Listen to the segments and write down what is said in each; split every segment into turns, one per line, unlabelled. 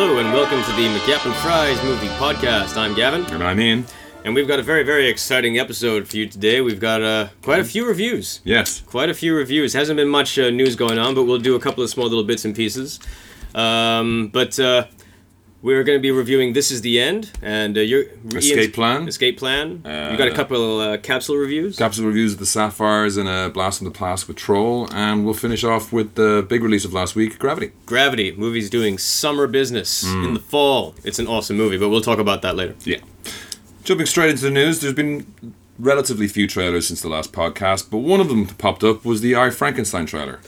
to the McGap and Fries Movie Podcast. I'm Gavin,
And I'm in.
and we've got a very, very exciting episode for you today. We've got uh, quite a few reviews.
Yes.
Quite a few reviews. Hasn't been much uh, news going on, but we'll do a couple of small little bits and pieces. Um, but uh, we're going to be reviewing "This Is the End" and uh, your
Escape Plan.
Escape Plan. you got a couple uh, capsule reviews.
Capsule reviews of the Sapphires and a blast from the past with Troll, and we'll finish off with the big release of last week, Gravity.
Gravity movies doing summer business
Mm.
in the fall. It's an awesome movie, but we'll talk about that later.
Yeah. Jumping straight into the news, there's been relatively few trailers since the last podcast, but one of them that popped up was the I Frankenstein trailer.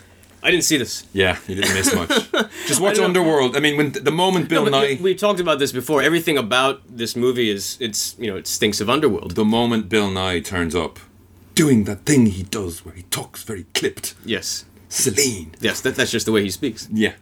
I didn't see this.
Yeah, you didn't miss much. Just watch
know.
Underworld. I mean, when the moment Bill
No, but
Nye,
we, we talked about this before. Everything about this movie is it's you know it stinks of underworld.
the moment Bill Nye turns up, doing that thing he does where he talks very clipped,
Yes,
Celine. Uh,
yes, that, that's just the way he speaks.
Yeah.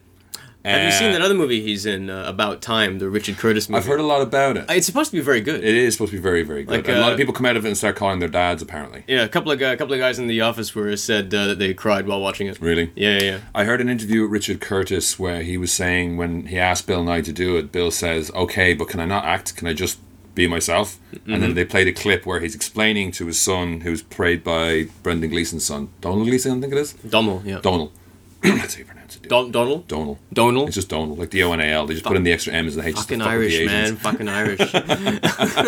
Have you seen that other movie he's in, uh, About Time, the Richard Curtis movie?
I've heard a lot about it.
It's supposed to be very good.
It is supposed to be very, very good.
Like,
And a lot
uh,
of people come out of it and start calling their dads, apparently.
yeah, a couple of gu- a couple of guys in the office were said uh, that they cried while watching it.
Really?
Yeah, yeah, yeah.
I heard an interview with Richard Curtis where he was saying when he asked Bill Nye to do it, Bill says, okay, but can I not act? Can I just be myself? And
Mm-hmm.
then they played a clip where he's explaining to his son, who's played by Brendan Gleeson's son, Donald Gleeson, I think it is?
Donal, yeah.
Donald. That's how you pronounce it. dude.
Don- Donal?
Donal.
Donal?
It's just Donald, like the O N A L. They just put in the extra M's and the H's. just to
Fucking
fuck with the
Irish,
Asians.
man. Fucking Irish.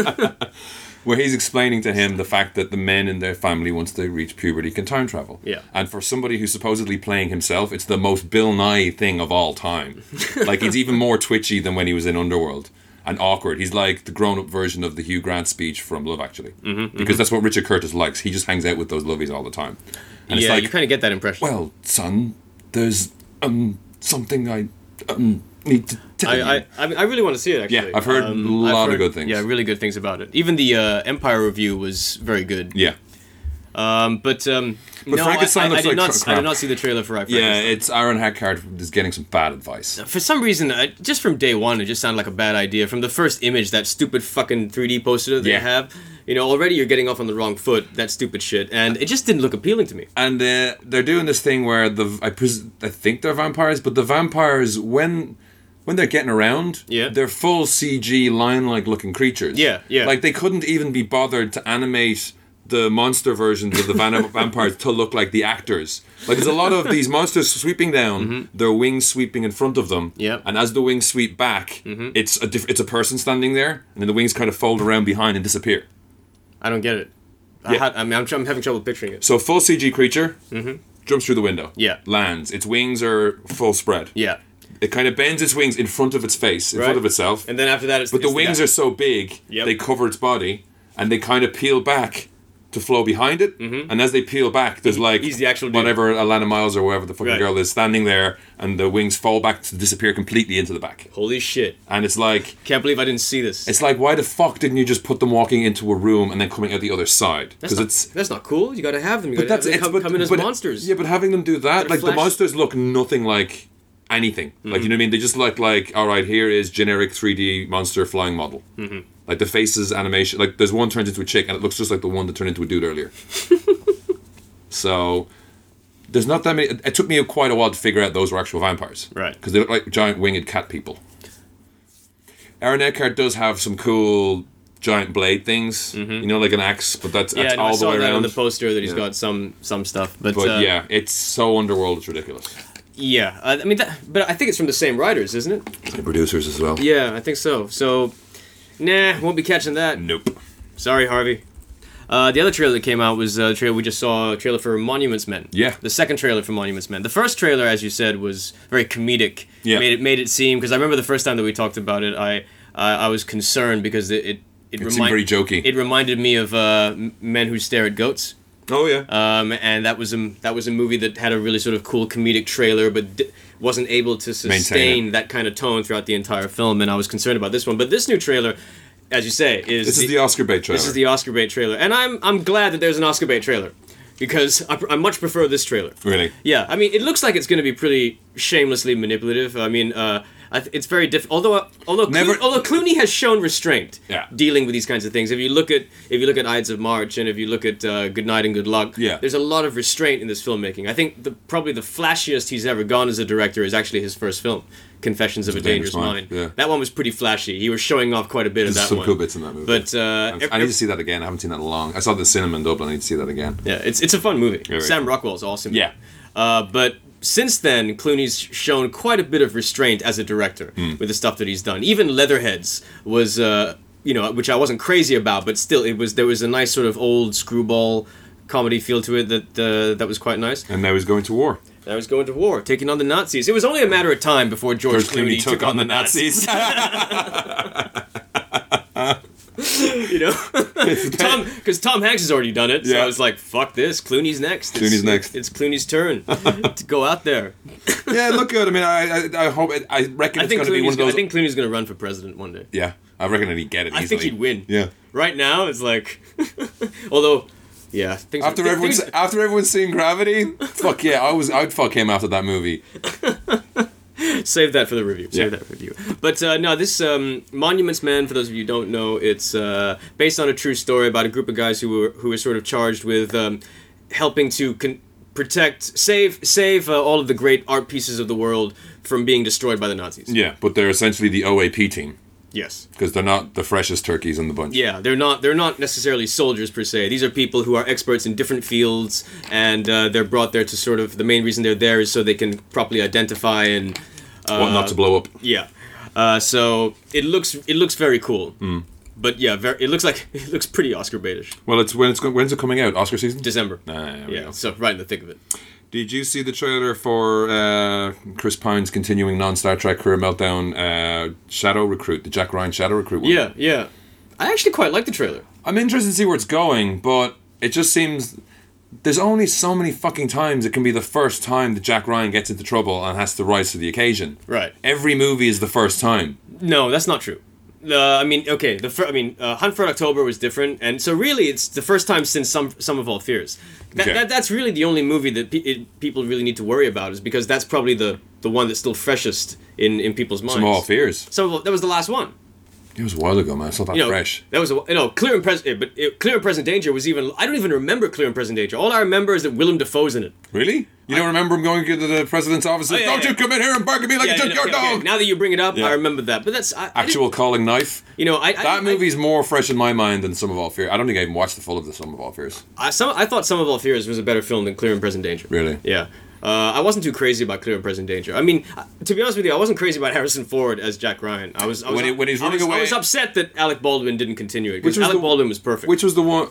where he's explaining to him the fact that the men in their family, once they reach puberty, can time travel.
Yeah.
And for somebody who's supposedly playing himself, it's the most Bill Nye thing of all time. like he's even more twitchy than when he was in Underworld and awkward. He's like the grown-up version of the Hugh Grant speech from Love Actually, mm-hmm, because that's what Richard Curtis likes. He just hangs out with those lovies all the time, and
yeah,
it's like,
you kind of get that impression.
well, son, there's um something I um need to tell you.
I, I, I mean, I really want to see it. Actually, Um,
Yeah, I've heard a lot of good things.
Yeah, really good things about it. Even the uh, Empire review was very good.
yeah.
Um, but um, no, I,
Frankenstein
I- I
looks
did
like
not.
cr-
I did
crap.
not see the trailer for I,
Yeah,
Frankenstein.
it's Aaron Hackard is getting some bad advice.
For some reason, I, just from day one, it just sounded like a bad idea. From the first image, that stupid fucking 3D poster that they
Yeah.
have, you know, already you're getting off on the wrong foot. That stupid shit, and it just didn't look appealing to me.
and uh, they're doing this thing where the I, pres- I think they're vampires, but the vampires when when they're getting around,
Yeah.
they're full CG lion-like looking creatures.
Yeah, yeah.
Like they couldn't even be bothered to animate the monster versions of the van- vampires to look like the actors. Like there's a lot of these monsters sweeping down,
Mm-hmm.
their wings sweeping in front of them.
Yep.
And as the wings sweep back,
Mm-hmm.
it's a diff- it's a person standing there, and then the wings kind of fold around behind and disappear.
I don't get it. I,
Yeah.
had, I mean, I'm, tr- I'm having trouble picturing it.
So full CG creature jumps through the window.
Mm-hmm. Yeah.
Lands. Its wings are full spread.
Yeah,
It kind of bends its wings in front of its face, in
Right.
front of itself.
and then after that, it's
but the wings are so big,
Yep.
they cover its body, and they kind of peel back to flow behind it. Mm-hmm. And as they peel back, there's like
he's the actual dude.
whatever Alana Miles or whoever the fucking
Right.
girl is standing there, and the wings fall back to disappear completely into the back.
Holy shit!
And it's like
Can't believe I didn't see this.
it's like why the fuck didn't you just put them walking into a room and then coming out the other side?
That's
Because
not,
it's
that's not cool. You gotta have them. You gotta have them
it's-
come, come in as monsters.
Yeah, but having them do that, like
flash- Mm-hmm.
the monsters look nothing like anything. Like you know what I mean? They just look like all right. Here is generic three D monster flying model. Mm-hmm. Like the faces animation. Like there's one turns into a chick, and it looks just like the one that turned into a dude earlier. so there's not that many. It, it took me quite a while to figure out those were actual vampires,
Right.
Because they look like giant winged cat people. Aaron Eckhart does have some cool giant blade things, you know, like an axe, but that's,
Mm-hmm. yeah,
that's
no, I
all the
saw
way
that on
around.
the poster that he's
Yeah.
got some some stuff, but,
But
uh,
yeah, it's so underworld, it's ridiculous.
yeah. Uh, I mean, that, but I think it's from the same writers, isn't it?
And producers as well.
Yeah, I think so. So, nah, won't be catching that.
Nope.
Sorry, Harvey. Uh, the other trailer that came out was uh, the trailer we just saw, a trailer for Monuments Men.
Yeah.
The second trailer for Monuments Men. The first trailer, as you said, was very comedic.
Yeah.
Made it made it seem because I remember the first time that we talked about it, I I I was concerned because it it it,
It seemed very jokey.
It reminded me of uh, M- Men Who Stare at Goats.
oh yeah.
um, and that was a that was a movie that had a really sort of cool comedic trailer, but d- wasn't able to sustain that kind of tone throughout the entire film. And I was concerned about this one, but this new trailer, as you say, is
this is the Oscar bait trailer.
this is the Oscar bait trailer, and I'm I'm glad that there's an Oscar bait trailer because I, pr- I much prefer this trailer.
really.
Yeah, I mean, it looks like it's going to be pretty shamelessly manipulative. I mean, uh, I th- it's very difficult. Although uh, although Clo-
Never-
although Clooney has shown restraint
Yeah.
dealing with these kinds of things. If you look at if you look at Ides of March and if you look at uh, Good Night and Good Luck,
Yeah.
there's a lot of restraint in this filmmaking. I think the probably the flashiest he's ever gone as a director is actually his first film, Confessions of a Dangerous, Mind.
yeah.
That one was pretty flashy. He was showing off quite a bit of
There's
that
some
one.
cool bits in that movie.
But uh, ev-
I need to see that again. I haven't seen that in a long. I saw the cinema in Dublin. I need to see that again.
Yeah, it's it's a fun movie.
right.
Sam Rockwell's awesome.
Yeah.
Uh, but since then, Clooney's shown quite a bit of restraint as a director with the stuff that he's done. Even Leatherheads was, uh, you know, which I wasn't crazy about, but still, it was there was a nice sort of old screwball comedy feel to it that uh, that was quite nice.
And now he's going to war.
That was going to war, taking on the Nazis. It was only a matter of time before George,
George Clooney took on the Nazis.
you know, Tom because Tom Hanks has already done it. So
Yeah.
I was like, "Fuck this, Clooney's next. It's-
Clooney's next.
It's Clooney's turn to go out there."
yeah, look good. I mean, I I, I hope it, I reckon
I
it's
think
going to be one
Clooney's
of
gonna,
those.
I think Clooney's gonna run for president one day.
yeah, I reckon he'd get it.
I think
easily.
he'd win.
Yeah.
Right now, it's like, although, yeah, things
After
thi-
everyone's
things-
after everyone's seen Gravity, fuck yeah, I was I'd fuck him after that movie.
save that for the review. Save
Yeah.
that for review. But uh, no, this um, Monuments Man, for those of you who don't know, it's uh, based on a true story about a group of guys who were who were sort of charged with um, helping to con- protect, save, save uh, all of the great art pieces of the world from being destroyed by the Nazis.
Yeah, but they're essentially the OAP team
Yes.
because they're not the freshest turkeys in the bunch.
Yeah, they're not they're not necessarily soldiers per se. These are people who are experts in different fields, and uh, they're brought there to sort of the main reason they're there is so they can properly identify and
what not to blow up?
yeah. Uh, so it looks it looks very cool.
Mm.
But yeah, very, it looks like it looks pretty Oscar baitish.
Well, it's when it's go- when's it coming out? Oscar season.
December.
Ah, there we
yeah,
go.
so right in the thick of it.
Did you see the trailer for uh, Chris Pine's continuing non Star Trek career meltdown? Uh, Shadow Recruit, the Jack Ryan Shadow Recruit one.
Yeah, yeah. I actually quite like the trailer.
I'm interested to see where it's going, but it just seems there's only so many fucking times it can be the first time that Jack Ryan gets into trouble and has to rise to the occasion.
Right.
Every movie is the first time.
No, that's not true. Uh, I mean, okay, the fir- I mean, uh, Hunt for Red October was different, and so really, it's the first time since some some of all fears. That,
Okay.
that that's really the only movie that pe- it, people really need to worry about is because that's probably the the one that's still freshest in in people's minds.
From all fears.
Some of All- that was the last one.
It was a while ago, man. It's not that
You know,
fresh.
That was a, you know clear and present, but it, clear and present danger was even. I don't even remember clear and present danger. All I remember is that Willem Dafoe's in it.
Really? You don't remember him going to the president's office? and
Oh, yeah,
don't
yeah.
you come in here and bark at me like
Yeah,
a
yeah,
junkyard
okay, okay.
dog!
Now that you bring it up,
Yeah.
I remember that. But that's I, I didn't-
Actual calling knife.
You know, I, I-
That
I,
movie's more fresh in my mind than Some of All Fear. I don't think I even watched the full of the Some of All Fears.
I, some, I thought Some of All Fears was a better film than Clear and Present Danger.
Really?
Yeah. Uh, I wasn't too crazy about Clear and Present Danger. I mean, uh, to be honest with you, I wasn't crazy about Harrison Ford as Jack Ryan. I was, I was
When he- when he's
I was,
running
I was
away-
upset that Alec Baldwin didn't continue it
Which
because
was
Alec
the-
Baldwin was perfect.
Which was the one?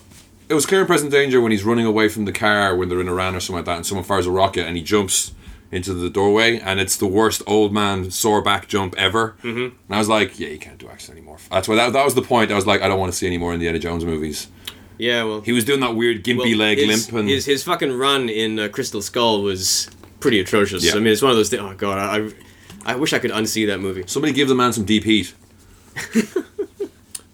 It was clear and present danger when he's running away from the car when they're in Iran or something like that, and someone fires a rocket and he jumps into the doorway, and it's the worst old man sore back jump ever. Mm-hmm. And I was like, yeah, you can't do action anymore. That's why that, that was the point. I was like, I don't want to see any more Indiana Jones movies.
yeah, well,
He was doing that weird gimpy
well,
leg
his,
limp, and
his his fucking run in uh, Crystal Skull was pretty atrocious.
Yeah.
I mean, it's one of those things. Oh god, I, I I wish I could unsee that movie.
somebody give the man some deep heat.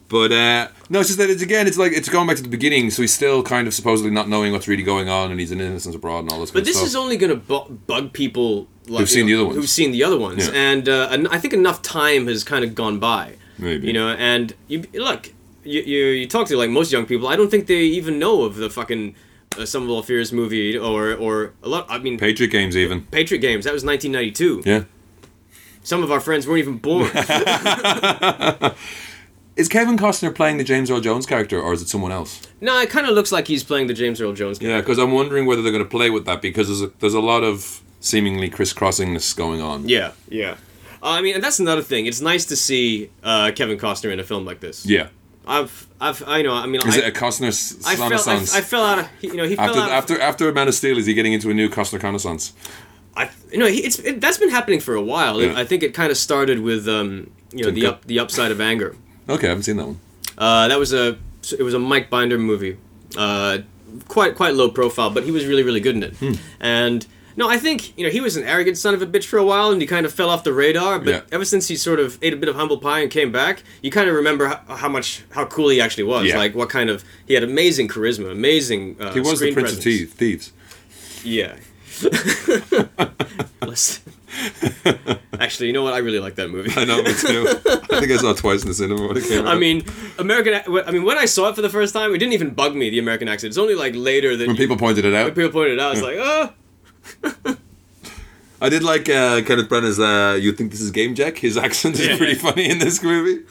But uh, no, it's just that it's again, it's like it's going back to the beginning. So he's still kind of supposedly not knowing what's really going on, and he's an innocence abroad and all this.
But this is only going to bu- bug people like,
Who've seen
you
the other ones.
Who've seen the other ones,
Yeah.
and, uh, and I think enough time has kind of gone by.
Maybe.
you know, and you look, you you, you talk to like most young people. I don't think they even know of the fucking uh, Some of All Fears movie or or a lot. I mean,
Patriot games, even
Patriot Games that was 1992.
yeah.
Some of our friends weren't even born.
Is Kevin Costner playing the James Earl Jones character, or is it someone else?
no, it kind of looks like he's playing the James Earl Jones.
Yeah, because I'm wondering whether they're going to play with that because there's a, there's a lot of seemingly crisscrossingness going on.
Yeah, yeah. Uh, I mean, and that's another thing. It's nice to see uh, Kevin Costner in a film like this.
yeah.
I've, I've, I know. I mean,
Is
I,
it a Costner s-
I fell, I,
renaissance?
I fell out of, you know, he fell
after
out.
after after Man of Steel, is he getting into a new Costner renaissance?
I, you know, he, it's it, that's been happening for a while.
Yeah.
I think it kind of started with, um, you know, the
Tinker.
up, the upside of anger.
Okay, I haven't seen that one.
Uh, that was a, it was a Mike Binder movie, uh, quite quite low profile, but he was really really good in
Hmm.
it. And no, I think you know he was an arrogant son of a bitch for a while, and he kind of fell off the radar. But
Yeah.
ever since he sort of ate a bit of humble pie and came back, you kind of remember how, how much how cool he actually was.
Yeah.
Like what kind of he had amazing charisma, amazing. Uh,
He was the
screen
Prince
presence.
of Thie- Thieves.
Yeah. Listen. Actually, you know what? I really like that movie.
I know, me too. I think I saw it twice in the cinema when it came
I
out.
mean, American. I mean, when I saw it for the first time, it didn't even bug me. The American accent. It's only like later that
when people pointed it out,
people pointed it out. I was like, oh,
I did like uh, Kenneth Branagh's uh, "You Think This Is Game Jack." His accent is
Yeah.
pretty funny in this movie,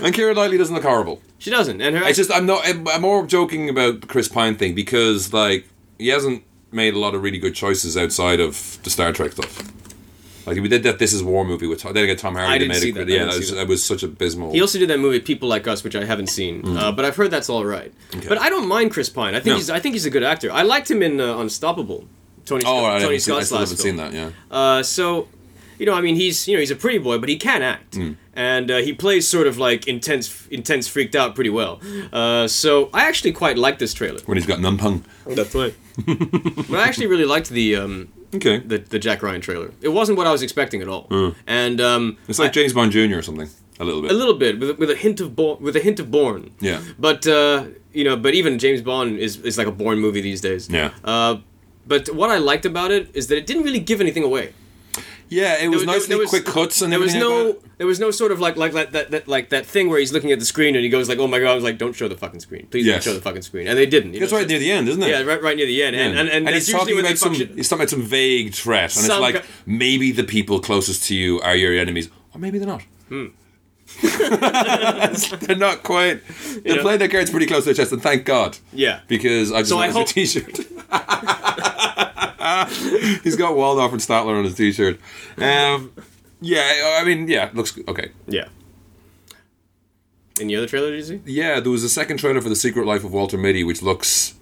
and Kira Knightley doesn't look horrible.
she doesn't. And her.
It's just I'm not. I'm I'm more joking about the Chris Pine thing because like he hasn't made a lot of really good choices outside of the Star Trek stuff. Like we did that. This is War movie with Tom, then again Tom Hardy.
I
they
didn't
made
see
a,
that, I
Yeah,
didn't
that
see
was,
that.
that was such a abysmal.
he also did that movie People Like Us, which I haven't seen, uh, but I've heard that's all right. But I don't mind Chris Pine. I think
Mm-hmm. No.
he's. I think he's a good actor. I liked him in uh, Unstoppable. Tony.
oh,
Scott,
I,
Tony
haven't seen, I
Scott's
still
last
haven't
film.
seen that. Yeah,
Uh, so, you know, I mean, he's you know he's a pretty boy, but he can act,
Mm.
and uh, he plays sort of like intense, intense, freaked out pretty well. Uh, so I actually quite like this trailer.
when he's got numpung.
That's right. but I actually really liked the um,
Okay,
the the Jack Ryan trailer. It wasn't what I was expecting at all, and um,
Hmm. it's like James Bond Jr. or something. A little bit.
a little bit with, with a hint of Bo- with a hint of Bourne.
Yeah.
But uh, you know, but even James Bond is is like a Bourne movie these days.
Yeah.
Uh, but what I liked about it is that it didn't really give anything away.
yeah, it was
there-
nicely
there was-
quick cuts and
there was
everything like
no
that.
there was no sort of like like like that, that like that thing where he's looking at the screen and he goes like oh my god I was like don't show the fucking screen please
Yes.
don't show the fucking screen and they didn't you
That's
know,
right
so-
near the end, isn't it?
yeah right right near the end and and, and, that's
he's
usually
talking
when they
about some
function-
he's talking about some vague threat, and
Some
it's like
ki-
maybe the people closest to you are your enemies, or maybe they're not.
Hmm.
they're not quite. They
know?
play their cards pretty close to their chest, and thank God.
Yeah.
because I just
So
want
I
your
hope-
T-shirt. he's got Waldorf and Statler on his T-shirt. Um, yeah, I mean, yeah, looks okay.
yeah any other trailer did you see
Yeah, there was a second trailer for the Secret Life of Walter Mitty, which looks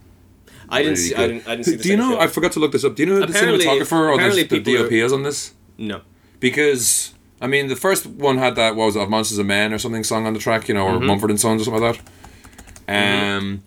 I didn't
pretty
see I
good.
didn't, I didn't see the
Do you
second
know? I
trailer.
forgot to look this up. Do you know who the
Apparently-
cinematographer or
apparently
the, the
people are-
DOP is on this?
no
Because I mean, the first one had that what was it, of Monsters of Men or something song on the track, you know, or
Mm-hmm.
Mumford and Sons or something like that. Um,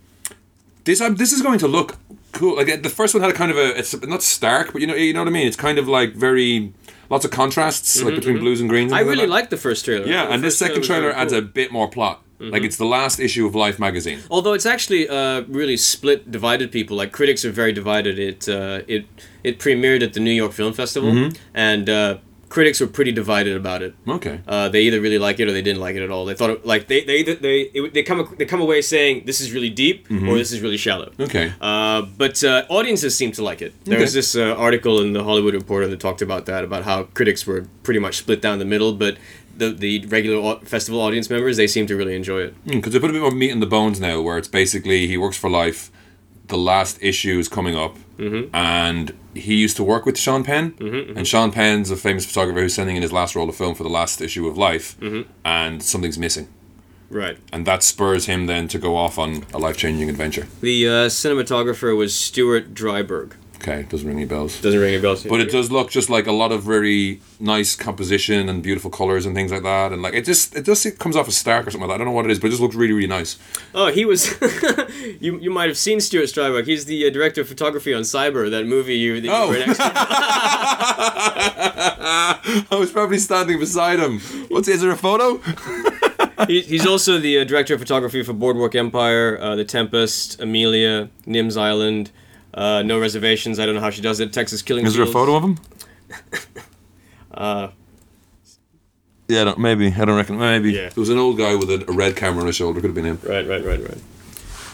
this um, this is going to look cool. Like uh, the first one had a kind of a it's not stark, but you know you know what I mean. It's kind of like very lots of contrasts like between blues and greens. And
Mm-hmm, I
things like
really
that.
liked the first trailer I thought
yeah,
the
and this
first
second
was
trailer
very
adds
cool. Mm-hmm.
a bit more plot. Like it's the last issue of Life magazine.
Although it's actually uh, really split, divided people. Like critics are very divided. It uh, it it premiered at the New York Film Festival,
Mm-hmm.
and uh, critics were pretty divided about it.
Okay.
Uh, they either really liked it or they didn't like it at all. They thought it, like they they they they, it, they come they come away saying this is really deep
Mm-hmm.
or this is really shallow.
Okay.
Uh, but uh, audiences seem to like it. There
Okay.
was this uh, article in the Hollywood Reporter that talked about that, about how critics were pretty much split down the middle, but the the regular au- festival audience members they seem to really enjoy it.
Because Hmm, they put a bit more meat in the bones now, where it's basically he works for life. The last issue is coming up, and he used to work with Sean Penn, and Sean Penn's a famous photographer who's sending in his last roll of film for the last issue of Life, and something's missing,
Right.
and that spurs him then to go off on a life-changing adventure.
The uh, cinematographer was Stuart Dryberg.
Okay, doesn't ring any bells,
Doesn't ring a bell.
but it does look just like a lot of very nice composition and beautiful colors and things like that, and like it just it just it comes off as stark or something like that. I don't know what it is, but it just looks really really nice.
Oh, he was. you you might have seen Stuart Dryberg. He's the uh, director of photography on Cyber, that movie you. That
Oh.
You were next to.
I was probably standing beside him. What's is there a photo?
He, he's also the uh, director of photography for Boardwalk Empire, uh, The Tempest, Amelia, Nims Island, uh, No Reservations. I don't know how she does it. Texas Killing.
Is there a
Fields.
photo of him?
Uh,
yeah, I don't, maybe. I don't reckon. Maybe.
Yeah.
There was an old guy with a, a red camera on his shoulder. Could have been him.
Right, right, right, right.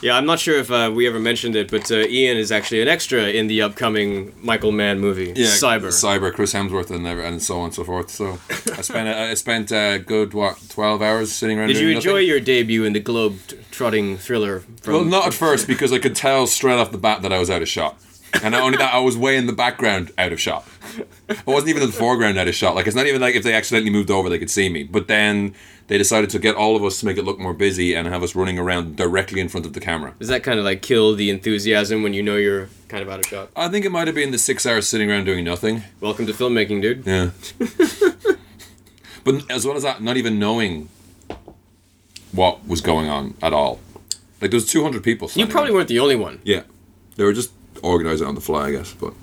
Yeah, I'm not sure if uh, we ever mentioned it, but uh, Ian is actually an extra in the upcoming Michael Mann movie, Cyber.
Cyber. Chris Hemsworth and ev- and so on and so forth. So I spent a, I spent a good what twelve hours sitting around.
Did you
doing
enjoy
nothing.
your debut in the globe t- trotting thriller? From
Well, not at first because I could tell straight off the bat that I was out of shot, and not only that, I was way in the background out of shot. I wasn't even in the foreground out of shot. Like it's not even like if they accidentally moved over, they could see me. But then they decided to get all of us to make it look more busy and have us running around directly in front of the camera.
Does that kind of like kill the enthusiasm when you know you're kind of out of shot?
I think it might have been the six hours sitting around doing nothing.
Welcome to filmmaking, dude.
Yeah. but as well as that, not even knowing what was going on at all. Like there was two hundred people.
You
standing
probably
around.
weren't the only one.
Yeah, they were just organising on the fly, I guess. But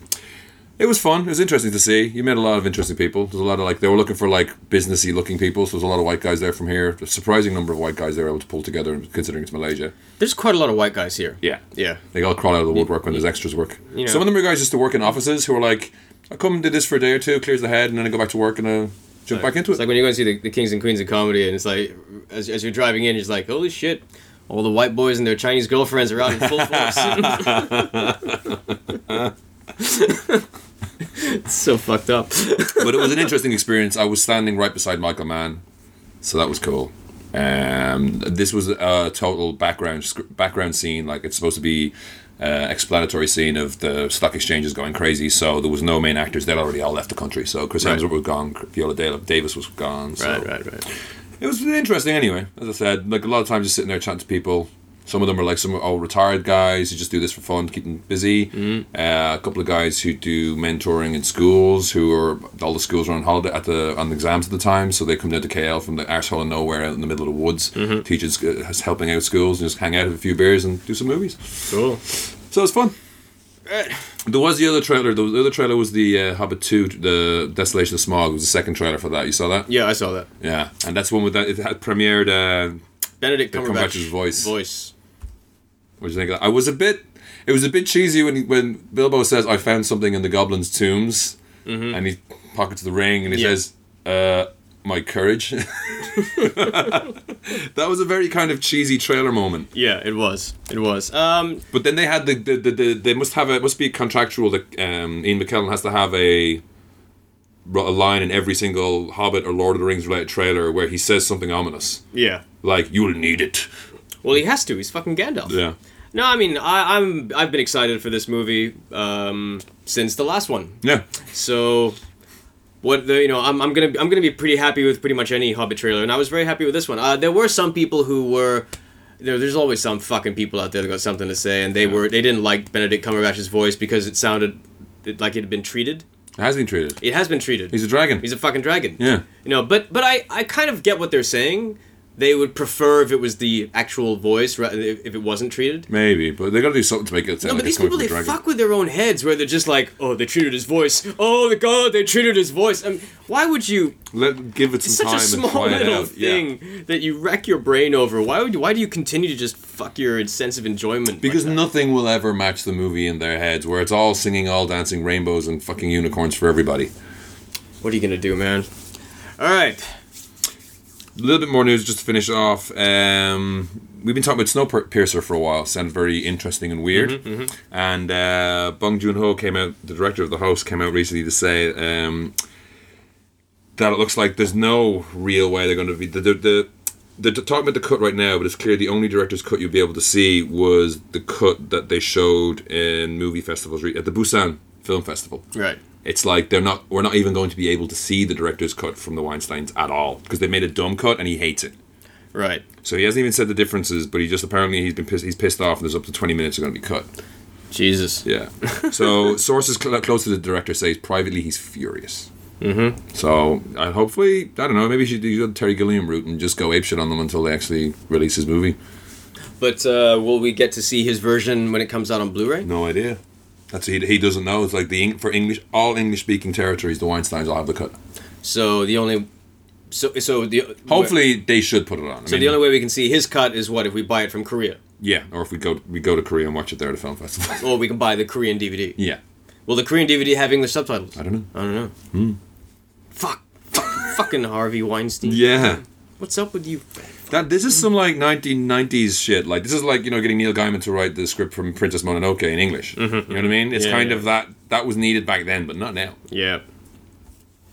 it was fun. It was interesting to see. You met a lot of interesting people. There's a lot of like they were looking for like businessy looking people. So there's a lot of white guys there from here. A surprising number of white guys they were able to pull together, considering it's Malaysia.
There's quite a lot of white guys here.
Yeah.
Yeah.
They all crawl out of the woodwork when there's extras work.
You know-
Some of them are guys just to work in offices who are like, I come and do this for a day or two, clears the head, and then I go back to work and I jump back into it.
It's like when you go and see the, the Kings and Queens of Comedy, and it's like, as, as you're driving in, you're just like, holy shit, all the white boys and their Chinese girlfriends are out in full force. it's so fucked up.
but it was an interesting experience. I was standing right beside Michael Mann, so that was cool. Um, this was a total background sc- background scene. Like it's supposed to be uh, explanatory scene of the stock exchanges going crazy. So there was no main actors. They'd already all left the country. So Chris
Right.
Hemsworth was gone. Viola Dale- Davis was gone. So
right, right, right.
it was interesting anyway. As I said, like a lot of times just sitting there chatting to people. Some of them are like some old retired guys who just do this for fun, to keep them busy. Uh, a couple of guys who do mentoring in schools, who are all the schools are on holiday at the on the exams at the time, so they come down to KL from the arsehole of nowhere out in the middle of the woods, teachers teaches helping out schools and just hang out, have a few beers, and do some movies.
Cool.
So it's fun. There was the other trailer. The the other trailer was the uh, Hobbit Two, the Desolation of Smog. Was the second trailer for that. You saw that?
Yeah, I saw that.
Yeah, and that's one with that. It had premiered. Uh,
Benedict Cumberbatch's,
Cumberbatch's voice.
Voice.
what do you think? Of that? I was a bit. It was a bit cheesy when when Bilbo says, "I found something in the goblins' tombs," and he pockets the ring and he
Yeah.
says, uh, "My courage." that was a very kind of cheesy trailer moment.
Yeah, it was. It was. Um,
But then they had the the, the, the they must have a it must be contractual that um, Ian McKellen has to have a a line in every single Hobbit or Lord of the Rings related trailer where he says something ominous
yeah.
like "You'll need it."
Well, he has to. He's fucking Gandalf.
Yeah.
No, I mean, I, I'm I've been excited for this movie um, since the last one.
Yeah.
So, what the you know, I'm, I'm gonna I'm gonna be pretty happy with pretty much any Hobbit trailer, and I was very happy with this one. Uh, there were some people who were. There, there's always some fucking people out there that got something to say, and they were they didn't like Benedict Cumberbatch's voice because it sounded like it had been treated.
It has been treated.
It has been treated.
He's a dragon.
He's a fucking dragon.
Yeah.
You know, but but I I kind of get what they're saying. They would prefer if it was the actual voice, ra- if if it wasn't treated.
Maybe, but they got to do something to make it sound
No,
like
but these
it's coming
people
from a
they
dragon.
fuck with their own heads, where they're just like, "Oh, they treated his voice. Oh, the god, they treated his voice." I mean, why would you?
Let give it
It's
some
such a
time and
small
try it
little
out. Yeah.
thing that you wreck your brain over. Why would? Why do you continue to just fuck your sense of enjoyment?
Because
like that?
nothing will ever match the movie in their heads, where it's all singing, all dancing, rainbows, and fucking unicorns for everybody.
what are you gonna do, man? All right.
A little bit more news just to finish off. Um, we've been talking about Snowpiercer for a while. Sounded very interesting and weird. And uh, Bong Joon Ho came out, the director of The Host, came out recently to say um, that it looks like there's no real way they're going to be. The, the, the, they're talking about the cut right now, but it's clear the only director's cut you'll be able to see was the cut that they showed in movie festivals re- at the Busan Film Festival
Right.
it's like they're not we're not even going to be able to see the director's cut from the Weinsteins at all because they made a dumb cut and he hates it.
Right.
So he hasn't even said the differences, but he just apparently he's been pissed, he's pissed off and there's up to 20 minutes are going to be cut.
Jesus.
Yeah. so sources cl- close to the director says privately he's furious. Mm-hmm. So I hopefully I don't know maybe you should do the Terry Gilliam route and just go apeshit on them until they actually release his movie.
But uh, will we get to see his version when it comes out on Blu-ray?
No idea. That's he, he doesn't know. It's like the Eng- for English all English speaking territories the Weinsteins will have the cut.
So the only. So so the
Hopefully they should put it on. I
So the only way we can see his cut is what if we buy it from Korea,
Yeah, or if we go we go to Korea and watch it there at a film festival.
or we can buy the Korean DVD.
yeah,
Will the Korean DVD have English subtitles?
I don't know. Hmm.
I don't know. Fuck. Fuck- Fucking Harvey Weinstein.
Yeah,
What's up with you?
that this is some like 1990s shit. Like this is like you know getting Neil Gaiman to write the script from Princess Mononoke in English. You know what I mean? It's
Mm-hmm, Yeah,
kind
yeah.
of that that was needed back then, but not now.
Yeah.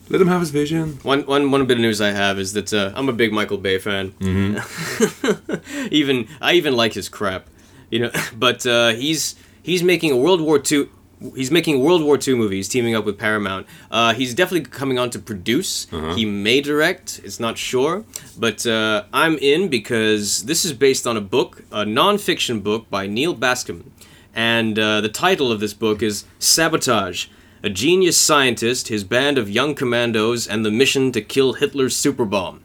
Let him have his vision.
One, one, one bit of news I have is that uh, I'm a big Michael Bay fan.
Mm-hmm.
even I even like his crap, you know. But uh, he's he's making a World War II. He's making World War II movies, teaming up with Paramount. Uh, he's definitely coming on to produce.
Uh-huh.
He may direct. It's not sure, but uh, I'm in because this is based on a book, a nonfiction book by Neil Bascom, and uh, the title of this book is Sabotage. A genius scientist, his band of young commandos, and the mission to kill Hitler's superbomb.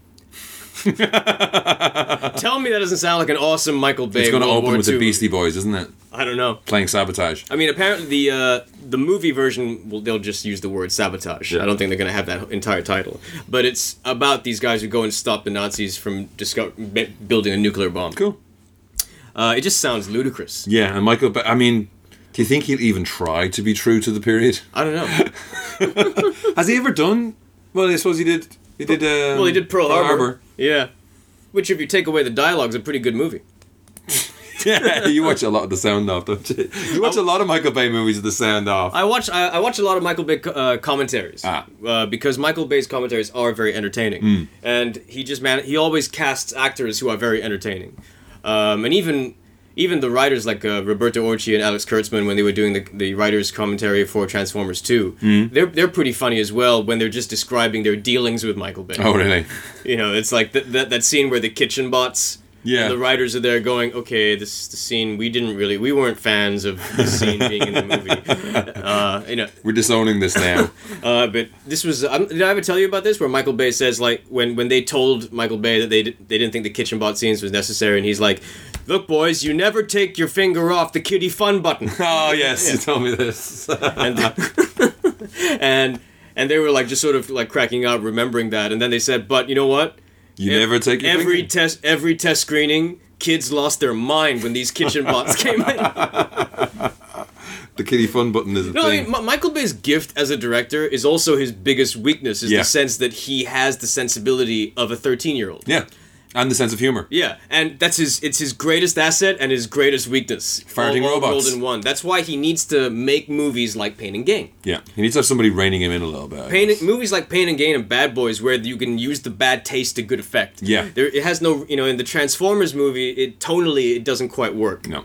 Tell me that doesn't sound like an awesome Michael Bay.
It's going to
World
open
War
with
II.
the Beastie Boys, isn't it?
I don't know.
Playing sabotage.
I mean, apparently the uh, the movie version will they'll just use the word sabotage.
Yeah.
I don't think they're going to have that entire title. But it's about these guys who go and stop the Nazis from discover- b- building a nuclear bomb.
Cool.
Uh, it just sounds ludicrous.
Yeah, and Michael. Ba- I mean, Do you think he'll even try to be true to the period?
I don't know.
Has he ever done? Well, I suppose he did. He did. Um,
Well, he did Pearl Harbor. Yeah. Which, if you take away the dialogue, is a pretty good movie.
yeah, you watch a lot of the sound off, don't you? You watch a lot of Michael Bay movies with the sound off.
I watch I, I watch a lot of Michael Bay co- uh, commentaries
Ah. Hmm.
uh, because Michael Bay's commentaries are very entertaining, and he just man he always casts actors who are very entertaining, um, and even even the writers like uh, Roberto Orci and Alex Kurtzman when they were doing the, the writers commentary for Transformers Two,
Hmm.
they're they're pretty funny as well when they're just describing their dealings with Michael Bay.
oh, really?
You know, it's like th- that that scene where the kitchen bots.
Yeah.
The writers are there going, okay, this is the scene we didn't really, we weren't fans of the scene being in the movie. Uh, you know,
We're disowning this now.
uh, but this was, um, did I ever tell you about this? Where Michael Bay says, like, when, when they told Michael Bay that they, d- they didn't think the kitchen bot scenes was necessary, and he's like, look, boys, you never take your finger off the kitty fun button.
oh yes, you told me this.
and and and they were like just sort of like cracking up, remembering that. And then they said, but you know what?
you never take your
every
finger-
test every test screening. Kids lost their mind when these kitchen bots came in. No,
the kitty fun button is a
I
thing.
mean, M- Michael Bay's gift as a director is also his biggest weakness, is
Yeah.
the sense that he has the sensibility of a 13 year old.
yeah, and the sense of humor.
Yeah, and that's his. It's his greatest asset and his greatest weakness.
Farting
all, all
robots.
rolled in one. That's why he needs to make movies like Pain and Gain.
Yeah, he needs to have somebody reining him in a little bit. I
Pain
guess.
movies like Pain and Gain and Bad Boys, where you can use the bad taste to good effect.
Yeah.
there it has no. You know, in the Transformers movie, it tonally it doesn't quite work.
no,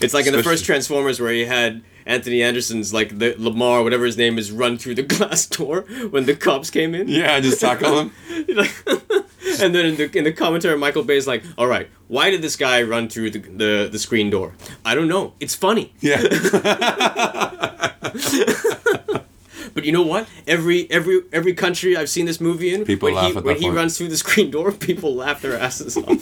It's like in the first
Especially-
Transformers where he had Anthony Anderson's like the Lamar, whatever his name is, run through the glass door when the cops came in.
yeah, just tackle him.
And then in the, in the commentary, Michael Bay's like, "All right, why did this guy run through the, the the screen door? I don't know. It's funny,
Yeah,
but you know what? Every every every country I've seen this movie in,
People
when
laugh
he,
at that
when he
point.
runs through the screen door, people laugh their asses off.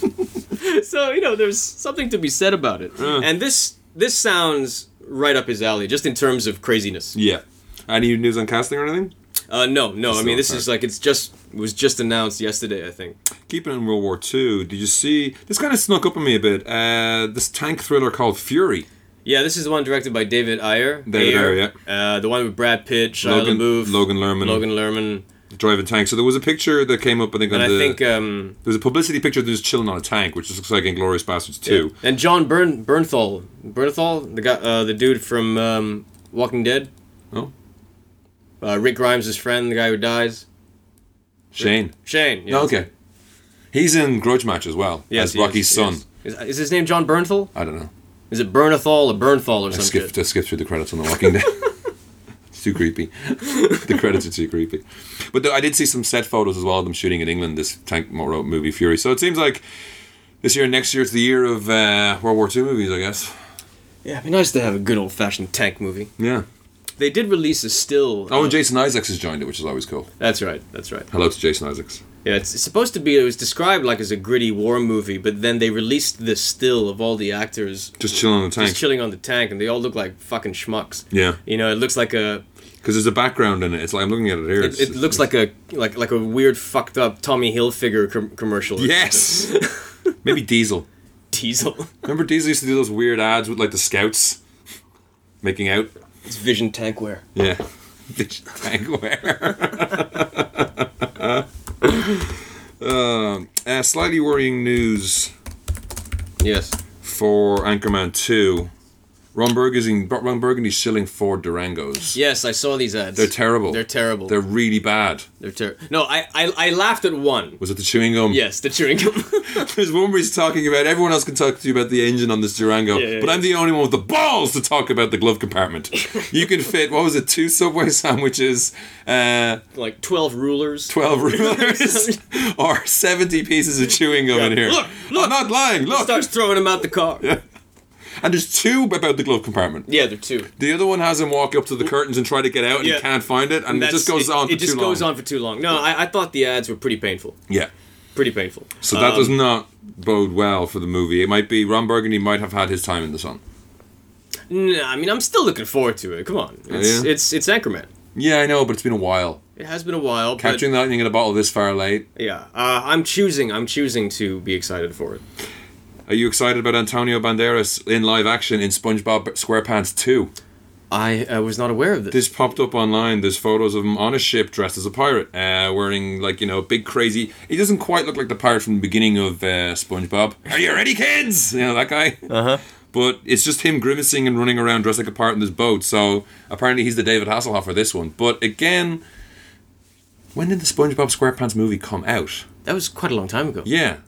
so you know, there's something to be said about it.
Uh.
And this this sounds right up his alley, just in terms of craziness.
yeah. Any news on casting or anything?
Uh, no, no. I mean,
not
this
fair.
is like it's just it was just announced yesterday, I think.
Keeping in World War Two, did you see this kind of snuck up on me a bit? Uh, this tank thriller called Fury.
Yeah, this is the one directed by David Ayer.
David Ayer,
yeah. Uh, the one with Brad Pitt, Shia
Logan,
LaBeouf,
Logan Lerman
Logan Lerman,
driving tank. So there was a picture that came up. I think on
and I
the
think um,
there was a publicity picture that was chilling on a tank, which looks like Inglorious Bastards
yeah.
Two.
and John Bern Bernthal, Bernthal, the guy, uh, the dude from um, Walking Dead,
Oh,
uh, Rick Grimes' his friend, the guy who dies,
Shane.
Shane. Yeah.
No, okay. He's in Grudge Match as well
Yes,
as
he is,
Rocky's
he
son.
is. Is, is his name John Bernthal?
I don't know.
Is it Bernthal or Bernthal or
I
something?
skipped. I skipped through the credits on The Walking Dead. it's too creepy. the credits are too creepy. But th- I did see some set photos as well of them shooting in England. This tank mo- movie Fury. So it seems like this year and next year it's the year of uh, World War II movies, I guess.
Yeah, it'd be nice to have a good old fashioned tank movie.
Yeah.
They did release a still.
Oh, and Jason Isaacs has joined it, which is always cool.
That's right. That's right.
Hello to Jason Isaacs.
Yeah, it's, it's supposed to be. It was described like as a gritty war movie, but then they released this still of all the actors
Just chilling on the
just
tank.
chilling on the tank, and they all look like fucking schmucks.
Yeah.
You know, it looks like a
Because there's a background in it. It's like I'm looking at it here.
it, it looks like a like like a weird fucked up Tommy Hilfiger com- commercial. or
yes. Maybe Diesel.
something. Diesel.
Remember Diesel used to do those weird ads with like the scouts making out?
It's Vision Tankwear.
Yeah. Tankware. um, uh, slightly worrying news
Yes.
for Anchorman 2. Ron Burgundy, Ron Burgundy's shilling Ford Durangos.
Yes, I saw these ads.
They're terrible.
They're terrible.
They're
They're,
really bad.
terrible. No, I, I I laughed at one.
Was it the chewing gum?
Yes, the chewing gum.
There's one where he's talking about everyone else can talk to you about the engine on this Durango,
Yeah, yeah,
but I'm the only one with the balls to talk about the glove compartment. you can fit what was it, two Subway sandwiches, uh,
like twelve rulers.
twelve rulers, or seventy pieces of chewing gum in here.
Look, look.
I'm not lying. Look,
Starts throwing them out the car. Yeah,
and there's two about the glove compartment.
they're two.
The other one has him walk up to the curtains and try to get out, and
Yeah.
he can't find it, and it
That's-
just goes on.
It
for
just
too
goes
long.
on for too long. No, I, I thought the ads were pretty painful.
Yeah.
Pretty painful.
So that
Um,
does not bode well for the movie. It might be Ron Burgundy might have had his time in the sun.
No, I mean, I'm still looking forward to it. Come on, it's
yeah?
it's it's Anchorman.
Yeah, I know, but it's been a while.
It has been a while, but
Capturing the lightning in a bottle this far late.
yeah, uh, I'm choosing. I'm choosing to be excited for it.
Are you excited about Antonio Banderas in live action in SpongeBob SquarePants 2?
I uh, was not aware of this.
This popped up online. There's photos of him on a ship dressed as a pirate, uh, wearing like you know big crazy. He doesn't quite look like the pirate from the beginning of uh, SpongeBob. Are you ready, kids? You know that guy.
Uh-huh.
Uh huh.
But it's just him grimacing and running around dressed like a pirate in this boat. So apparently he's the David Hasselhoff for this one. But again, when did the SpongeBob SquarePants movie come out?
That was quite a long time ago. Yeah,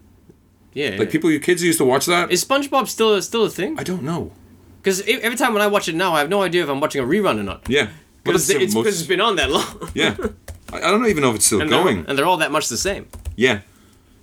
Yeah,
yeah.
like people, your kids used to watch that.
is SpongeBob still still a thing?
I don't know.
Because every time when I watch it now, I have no idea if I'm watching a rerun or not.
Yeah, but
Because
the
it's,
most-
'cause it's been on that long.
yeah. I, I don't even know if it's still
and
going.
They're, and they're all that much the same.
Yeah.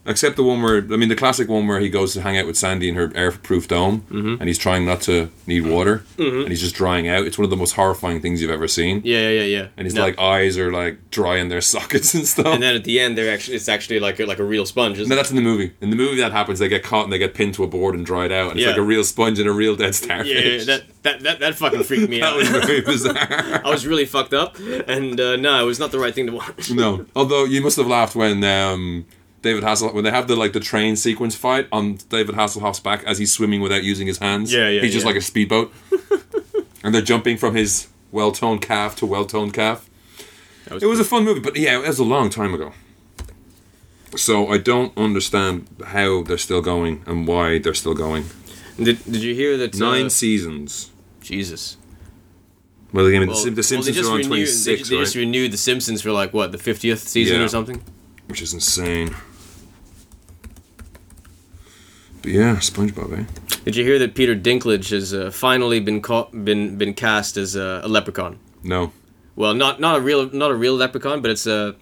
Except the one where, I mean, the classic one where he goes to hang out with Sandy in her airproof dome
Mm-hmm.
and he's trying not to need water and he's just drying out. It's one of the most horrifying things you've ever seen.
Yeah, yeah, yeah.
And his
No.
like eyes are like dry in their sockets and stuff.
and then at the end, they're actually it's actually like a, like a real sponge. Isn't it?
no, that's in the movie. In the movie, that happens. They get caught and they get pinned to a board and dried out. And it's
Yeah.
like a real sponge and a real dead
Yeah, yeah,
starfish.
yeah, that, that that that fucking freaked me
that
out.
was very bizarre.
I was really fucked up, and uh, no, it was not the right thing to watch.
No, although you must have laughed when um, David Hasselhoff when they have the like the train sequence fight on David Hasselhoff's back as he's swimming without using his hands.
Yeah, yeah,
He's just
yeah.
like a speedboat, and they're jumping from his well-toned calf to well-toned calf.
That was
It was a fun movie, but yeah, it was a long time ago. So I don't understand how they're still going and why they're still going.
Did, did you hear that? uh,
Nine seasons.
Jesus.
Well, the, game, the,
Well,
Sim-
well, they
the Simpsons
just
are on
renewed-
twenty
They,
six,
ju- they just
right?
renewed the Simpsons for like what the fiftieth season
Yeah.
or something.
Which is insane. But yeah, SpongeBob, eh?
Did you hear that Peter Dinklage has uh, finally been caught, been been cast as uh, a, a leprechaun?
No.
Well, not not a real not a real leprechaun, but it's a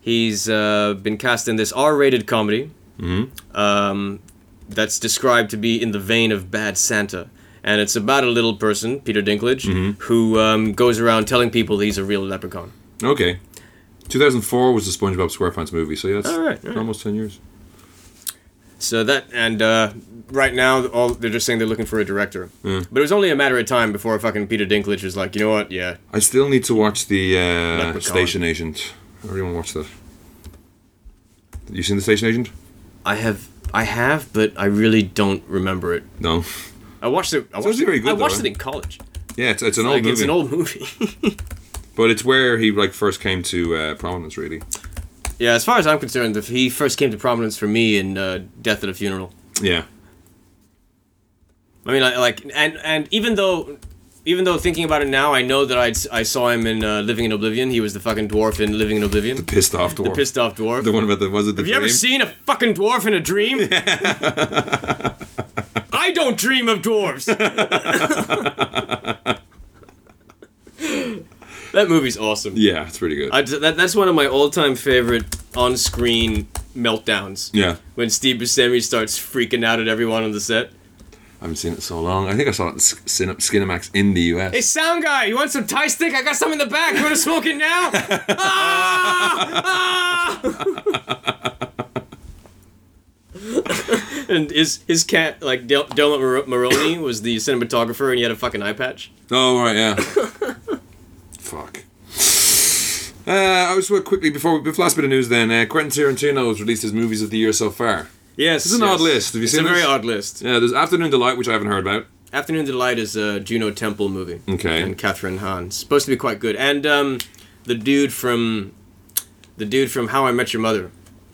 he's uh, been cast in this R-rated comedy um, that's described to be in the vein of Bad Santa, and it's about a little person, Peter Dinklage, who um, goes around telling people he's a real leprechaun.
Okay. 2004 was the SpongeBob SquarePants movie, so yeah, that's
All right, all right.
almost 10 years.
So that and uh, right now, all they're just saying they're looking for a director, but it was only a matter of time before fucking Peter Dinklage was like, you know what, yeah,
I still need to watch the uh,
Leprechaun.
Station Agent. Everyone watch that. You seen the Station Agent?
I have I have, but I really don't remember it.
No.
I watched it. I watched,
actually
it,
very good,
I
though,
watched
eh?
it in college.
Yeah, it's, it's an old
Like
movie,
it's an old Oh, movie.
but it's where he like first came to uh, prominence, really.
Yeah, as far as I'm concerned, the, he first came to prominence for me in uh, Death at a Funeral.
Yeah,
I mean, I, like, and and even though, even though thinking about it now, I know that I'd, si saw him in uh, Living in Oblivion. He was the fucking dwarf in Living in Oblivion, the
pissed off dwarf.
pissed off dwarf.
the one about the was it the
Have you ever
dream?
seen a fucking dwarf in a dream? I don't dream of dwarves. that movie's awesome.
Yeah, it's pretty good.
I, that, that's one of my all-time favorite on-screen meltdowns.
yeah,
when Steve Buscemi starts freaking out at everyone on the set.
I haven't seen it in so long. I think I saw it in Cin- Cinemax in the US.
Hey, sound guy, you want some Thai stick? I got some in the back. You want to smoke it now? ah! Ah! and his his cat, like Del- Delmont Mar- Maroney, was the cinematographer, and he had a fucking eye patch.
Oh right, yeah. Fuck. Uh, I was well, quickly before we last bit of news. Then uh, Quentin Tarantino has released his movies of the year so far.
Yes,
This is an odd list. Have you
it's
seen
a very
this?
odd list.
Yeah, there's Afternoon Delight, which I haven't heard about.
Afternoon Delight is a Juno Temple movie.
Okay.
And Catherine Hahn. Supposed to be quite good. And um, the dude from the dude from How I Met Your Mother,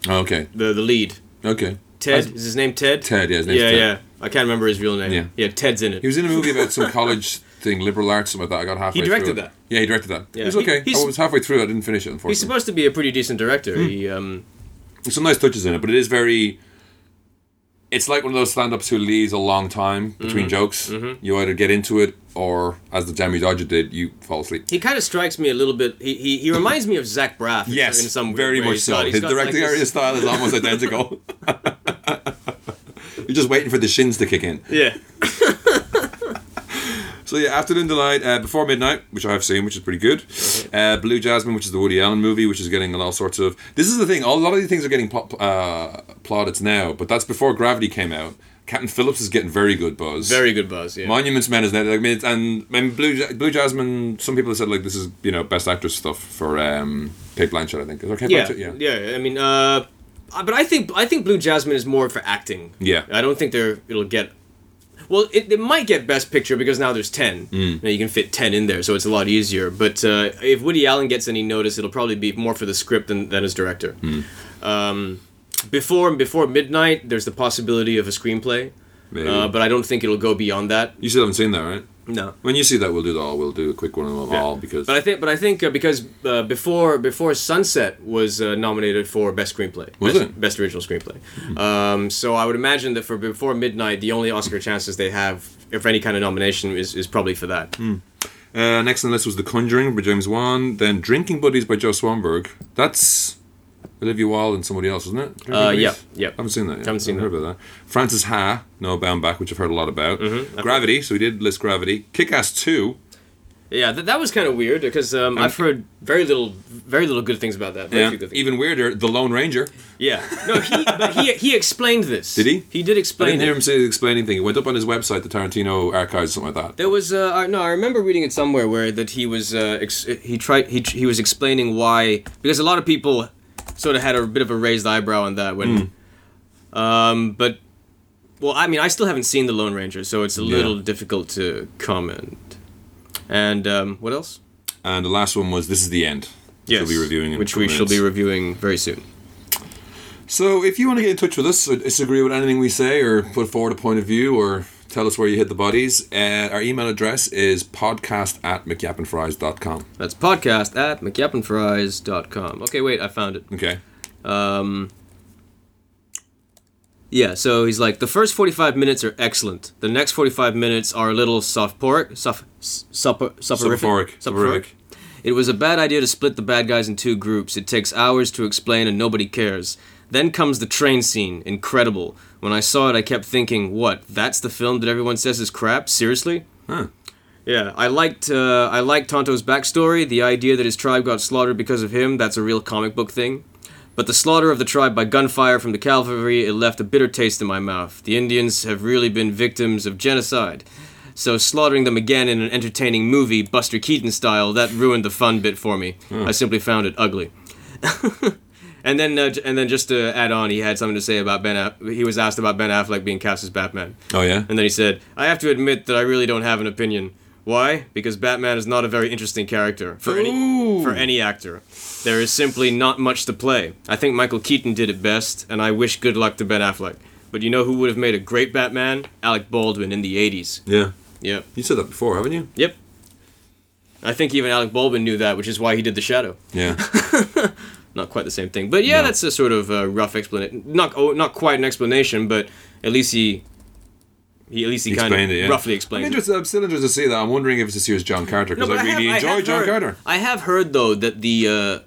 Oh, okay,
the the lead.
okay.
Ted is his name Ted?
Ted, yeah, his name's
Yeah,
Ted.
yeah. I can't remember his real name.
Yeah.
Yeah, Ted's in it.
He was in a movie about some college thing, liberal arts, something like that. I got halfway.
He directed
through it.
that.
Yeah, he directed that.
Yeah.
It was
He-
okay. I
he's-
was halfway through. it. I didn't finish it. Unfortunately,
He's supposed to be a pretty decent director.
Hmm.
He um
There's some nice touches in it, but it is very. It's like one of those stand ups who leaves a long time
Mm-hmm.
between jokes. You either get into it or, as the Jammy Dodger did, you fall asleep.
he kind of strikes me a little bit. He he, he reminds me of Zach Braff. in-
Yes,
in some weird
very
way.
much
He's
so.
got- he's
His
got
directing
like
area
this-
style is almost identical. You're just waiting for the shins to kick in.
Yeah.
So yeah, Afternoon Delight, uh, Before Midnight, which I've seen, which is pretty good.
Mm-hmm.
Uh, Blue Jasmine, which is the Woody Allen movie, which is getting all sorts of. This is the thing. A lot of these things are getting pl- uh, plaudits now, but that's before Gravity came out. Captain Phillips is getting very good buzz.
Very good buzz, yeah.
Monuments Men is now. I mean, it's, and I mean, Blue Ja- Blue Jasmine. Some people have said like this is you know best actress stuff for um, Kate Blanchett. I think. Is it Kate
yeah,
Blanchett? Yeah.
yeah. I mean, uh, Uh, But I think I think Blue Jasmine is more for acting.
Yeah.
I don't think they're it'll get. Well, it, it might get Best Picture because now there's ten. Now you can fit ten in there, so it's a lot easier. But uh, if Woody Allen gets any notice, it'll probably be more for the script than, than his director. Um, before before midnight, there's the possibility of a screenplay,
Maybe.
uh, but I don't think it'll go beyond that.
you still haven't seen that, right?
No.
When you see that, we'll do the all. We'll do a quick one of all because
But I think, but I think uh, because uh, before before Sunset was uh, nominated for best screenplay,
Was
best,
it?
best original screenplay. Um, so I would imagine that for before Midnight, the only Oscar chances they have, if any kind of nomination, is, is probably for that.
Uh, next on the list was The Conjuring by James Wan, then Drinking Buddies by Joe Swanberg. That's Olivia Wilde and somebody else, isn't it? Drinking
Uh, yeah,
Buddies?
yeah.
Haven't seen that yet.
Haven't seen
heard about that. Francis Ha, No Bound Back, which I've heard a lot about.
Mm-hmm.
Gravity, so we did list Gravity. Kick Ass 2,
Yeah, that, that was kind of weird because um, I've heard very little, very little good things about that. Very
yeah.
few good things.
even weirder, The Lone Ranger.
yeah, no, he, but he he explained this.
Did he?
He did
I
explain
didn't
it.
hear him say the explaining thing. It went up on his website, the Tarantino Archives, something like that.
There was uh, I- no. I remember reading it somewhere where that he was uh, ex- he tried he he was explaining why because a lot of people sort of had a bit of a raised eyebrow on that when, um, but well, I mean, I still haven't seen the Lone Ranger, so it's a little difficult to comment. And um, what else?
And the last one was This Is the End. which We'll be reviewing in a
which
couple
we shall be
minutes.
reviewing very soon.
So, if you want to get in touch with us, or disagree with anything we say, or put forward a point of view, or tell us where you hit the bodies, uh, our email address is podcast at mcyappinfries.com.
That's podcast at mcyappenfries.com. Okay, wait, I found it.
Okay.
Um, yeah, so he's like, the first 45 minutes are excellent. The next 45 minutes are a little sophoric. Soph, supper,
Soporific.
sophorific.
Soporific.
It was a bad idea to split the bad guys in two groups. It takes hours to explain and nobody cares. Then comes the train scene. Incredible. When I saw it, I kept thinking, what? That's the film that everyone says is crap? Seriously?
Huh.
Yeah, I liked uh, I liked Tonto's backstory. The idea that his tribe got slaughtered because of him—that's a real comic book thing. But the slaughter of the tribe by gunfire from the cavalry it left a bitter taste in my mouth. The Indians have really been victims of genocide. So slaughtering them again in an entertaining movie, Buster Keaton style, that ruined the fun bit for me. I simply found it ugly. and then uh, j- and then just to add on, he had something to say about Ben. Aff- he was asked about Ben Affleck being cast as Batman.
Oh, yeah?
And then he said, I have to admit that I really don't have an opinion. Why? Because Batman is not a very interesting character for any
Ooh.
for any actor. There is simply not much to play. I think Michael Keaton did it best, and I wish good luck to Ben Affleck. But you know who would have made a great Batman? Alec Baldwin in the 80s.
Yeah.
Yep.
You said that before, haven't you?
Yep. I think even Alec Baldwin knew that, which is why he did The Shadow.
Yeah.
Not quite the same thing. But yeah, that's a sort of uh, rough explanation. Not oh, not quite an explanation, but at least he he at least he, kind of
Explained it, yeah.
roughly
I'm,
explained. it.
interested, I'm still interested to see that. I'm wondering if it's this year's John Carter because
No,
I
but
really
have-
enjoy
have
John
heard-
Carter.
I have heard though that the uh,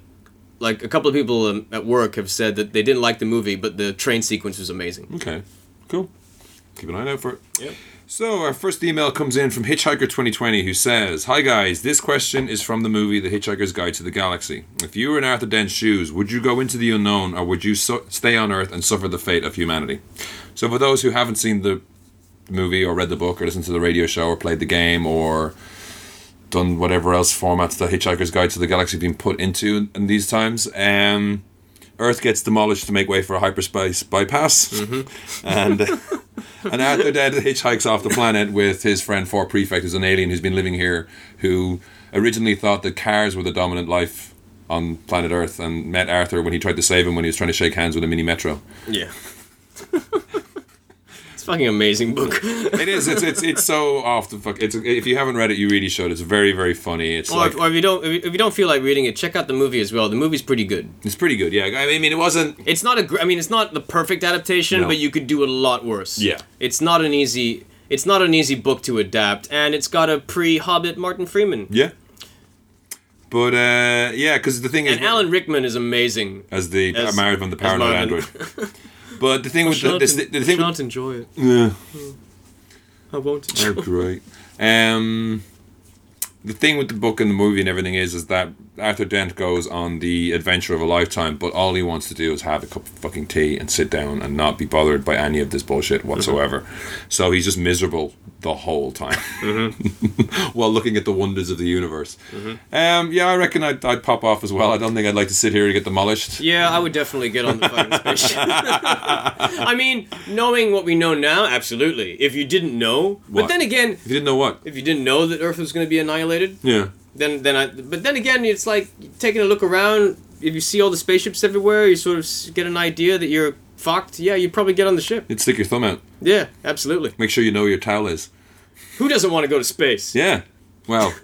like a couple of people um, at work have said that they didn't like the movie, but the train sequence was amazing.
Okay. Cool. Keep an eye out for it.
Yep.
So, our first email comes in from Hitchhiker2020 who says, Hi guys, this question is from the movie The Hitchhiker's Guide to the Galaxy. If you were in Arthur Dent's shoes, would you go into the unknown or would you su- stay on Earth and suffer the fate of humanity? So, for those who haven't seen the movie or read the book or listened to the radio show or played the game or done whatever else formats the Hitchhiker's Guide to the Galaxy being put into in, in these times, um, Earth gets demolished to make way for a hyperspace bypass. and. And Arthur Dent hitchhikes off the planet with his friend Four Prefect, who's an alien who's been living here, who originally thought that cars were the dominant life on planet Earth, and met Arthur when he tried to save him when he was trying to shake hands with a mini metro.
Yeah. it's a fucking amazing book. or,
It is. It's it's it's so off the fuck. It's if you haven't read it, you really should. It's very very funny. It's like
if, or if you don't if you- if you don't feel like reading it, check out the movie as well. The movie's pretty good.
it's pretty good. Yeah, I mean it wasn't.
It's not a gr- I mean it's not the perfect adaptation,
No.
but you could do a lot worse.
Yeah.
It's not an easy it's not an easy book to adapt, and it's got a pre-Hobbit Martin Freeman.
Yeah. But uh, yeah, because the thing is,
And Alan Rickman is amazing.
as the
as-
married from the
as
paranoid
Marvin.
android. But the thing with the, this, the, the thing with-
enjoy it.
Yeah.
I won't.
They're great. Um, the thing with the book and the movie and everything is, is that Arthur Dent goes on the adventure of a lifetime, but all he wants to do is have a cup of fucking tea and sit down and not be bothered by any of this bullshit whatsoever. So he's just miserable the whole time while looking at the wonders of the universe. Um, yeah, I reckon I'd, I'd pop off as well. I don't think I'd like to sit here and get demolished.
Yeah, I would definitely get on the fucking spaceship. I mean, knowing what we know now, absolutely. If you didn't know, but
What?
then again,
If you didn't know what?
if you didn't know that Earth was going to be annihilated,
Yeah.
then then I. But then again, it's like taking a look around. If you see all the spaceships everywhere, you sort of s- get an idea that you're fucked. Yeah, you'd probably get on the ship.
You'd stick your thumb out.
Yeah, absolutely.
Make sure you know where your towel is.
Who doesn't want to go to space
Yeah. Well,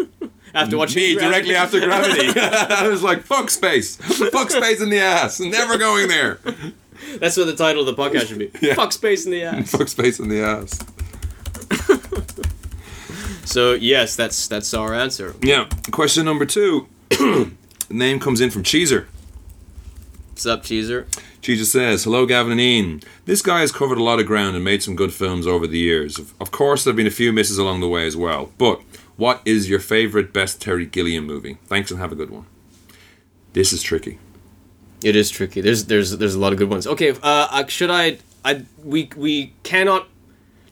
after watching
me
Gravity?
directly after gravity. I was like, fuck space. Fuck space in the ass. Never going there.
That's what the title of the podcast should be.
Yeah.
Fuck space in the ass.
Fuck space in the ass.
so yes, that's that's our answer.
Yeah. Question number two. Name comes in from Cheeser.
What's up, Cheeser?
Cheeser says, Hello, Gavin and Ian. This guy has covered a lot of ground and made some good films over the years. Of, of course, there have been a few misses along the way as well. But what is your favourite best Terry Gilliam movie? Thanks and have a good one. This is tricky.
It is tricky. There's there's there's a lot of good ones. Okay, uh, uh, should I? I we we cannot.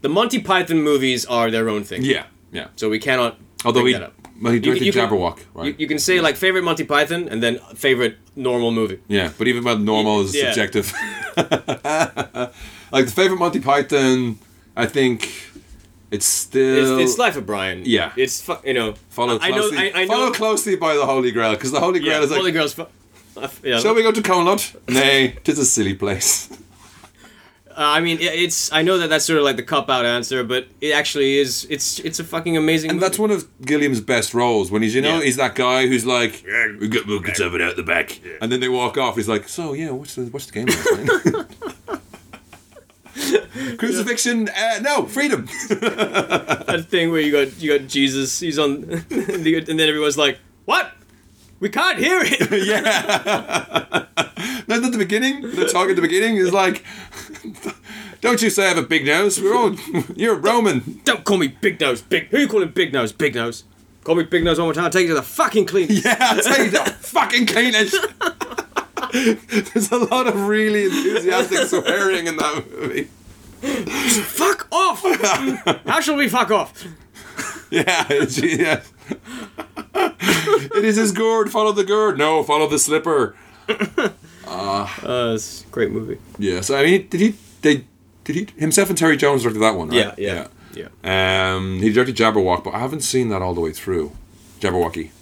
The Monty Python movies are their own thing.
Yeah. Yeah.
So we cannot.
Although
bring
he,
that up.
well, he
You-
directed
you can-
Jabberwock, right?
You, you can say like favorite Monty Python and then favorite normal movie.
Yeah, but even about normal is
Yeah.
subjective. like the favorite Monty Python, I think it's still
It's, it's Life of Brian.
Yeah.
It's fu- you know.
follow
I know.
closely.
I, I know.
follow closely by the Holy Grail because the Holy Grail
yeah,
is like.
Holy Grail's fu- uh, yeah.
Shall we go to Camelot? Nay, 'tis a silly place.
Uh, I mean, it, it's. I know that that's sort of like the cop out answer, but it actually is. It's it's a fucking amazing.
And that's one of Gilliam's best roles when he's, you know,
Yeah.
he's that guy who's like, we get we'll get something out the back, and then they walk off. He's like, so yeah, what's the what's the game? last night?" Crucifixion? Uh, no, freedom.
that thing where you got you got Jesus. He's on, and then everyone's like, "What? We can't hear it."
Yeah. That's at the beginning. The talk at the beginning is like, don't you say I have a big nose? We're all, you're a Roman.
Don't call me Big Nose. Big. Who you calling Big Nose? Big Nose. Call me Big Nose one more time. I'll take you to the fucking clean.
Yeah, I'll tell you the fucking cleanest. There's a lot of really enthusiastic swearing in that movie.
Fuck off. How shall we fuck off?
Yeah, it's, yeah. it is his gourd. Follow the gourd. No, follow the slipper.
Uh, it's a great movie.
Yeah. So I mean, did he? They did he himself and Terry Jones directed that one, right?
Yeah, yeah, yeah.
Um, he directed Jabberwock, but I haven't seen that all the way through. Jabberwocky.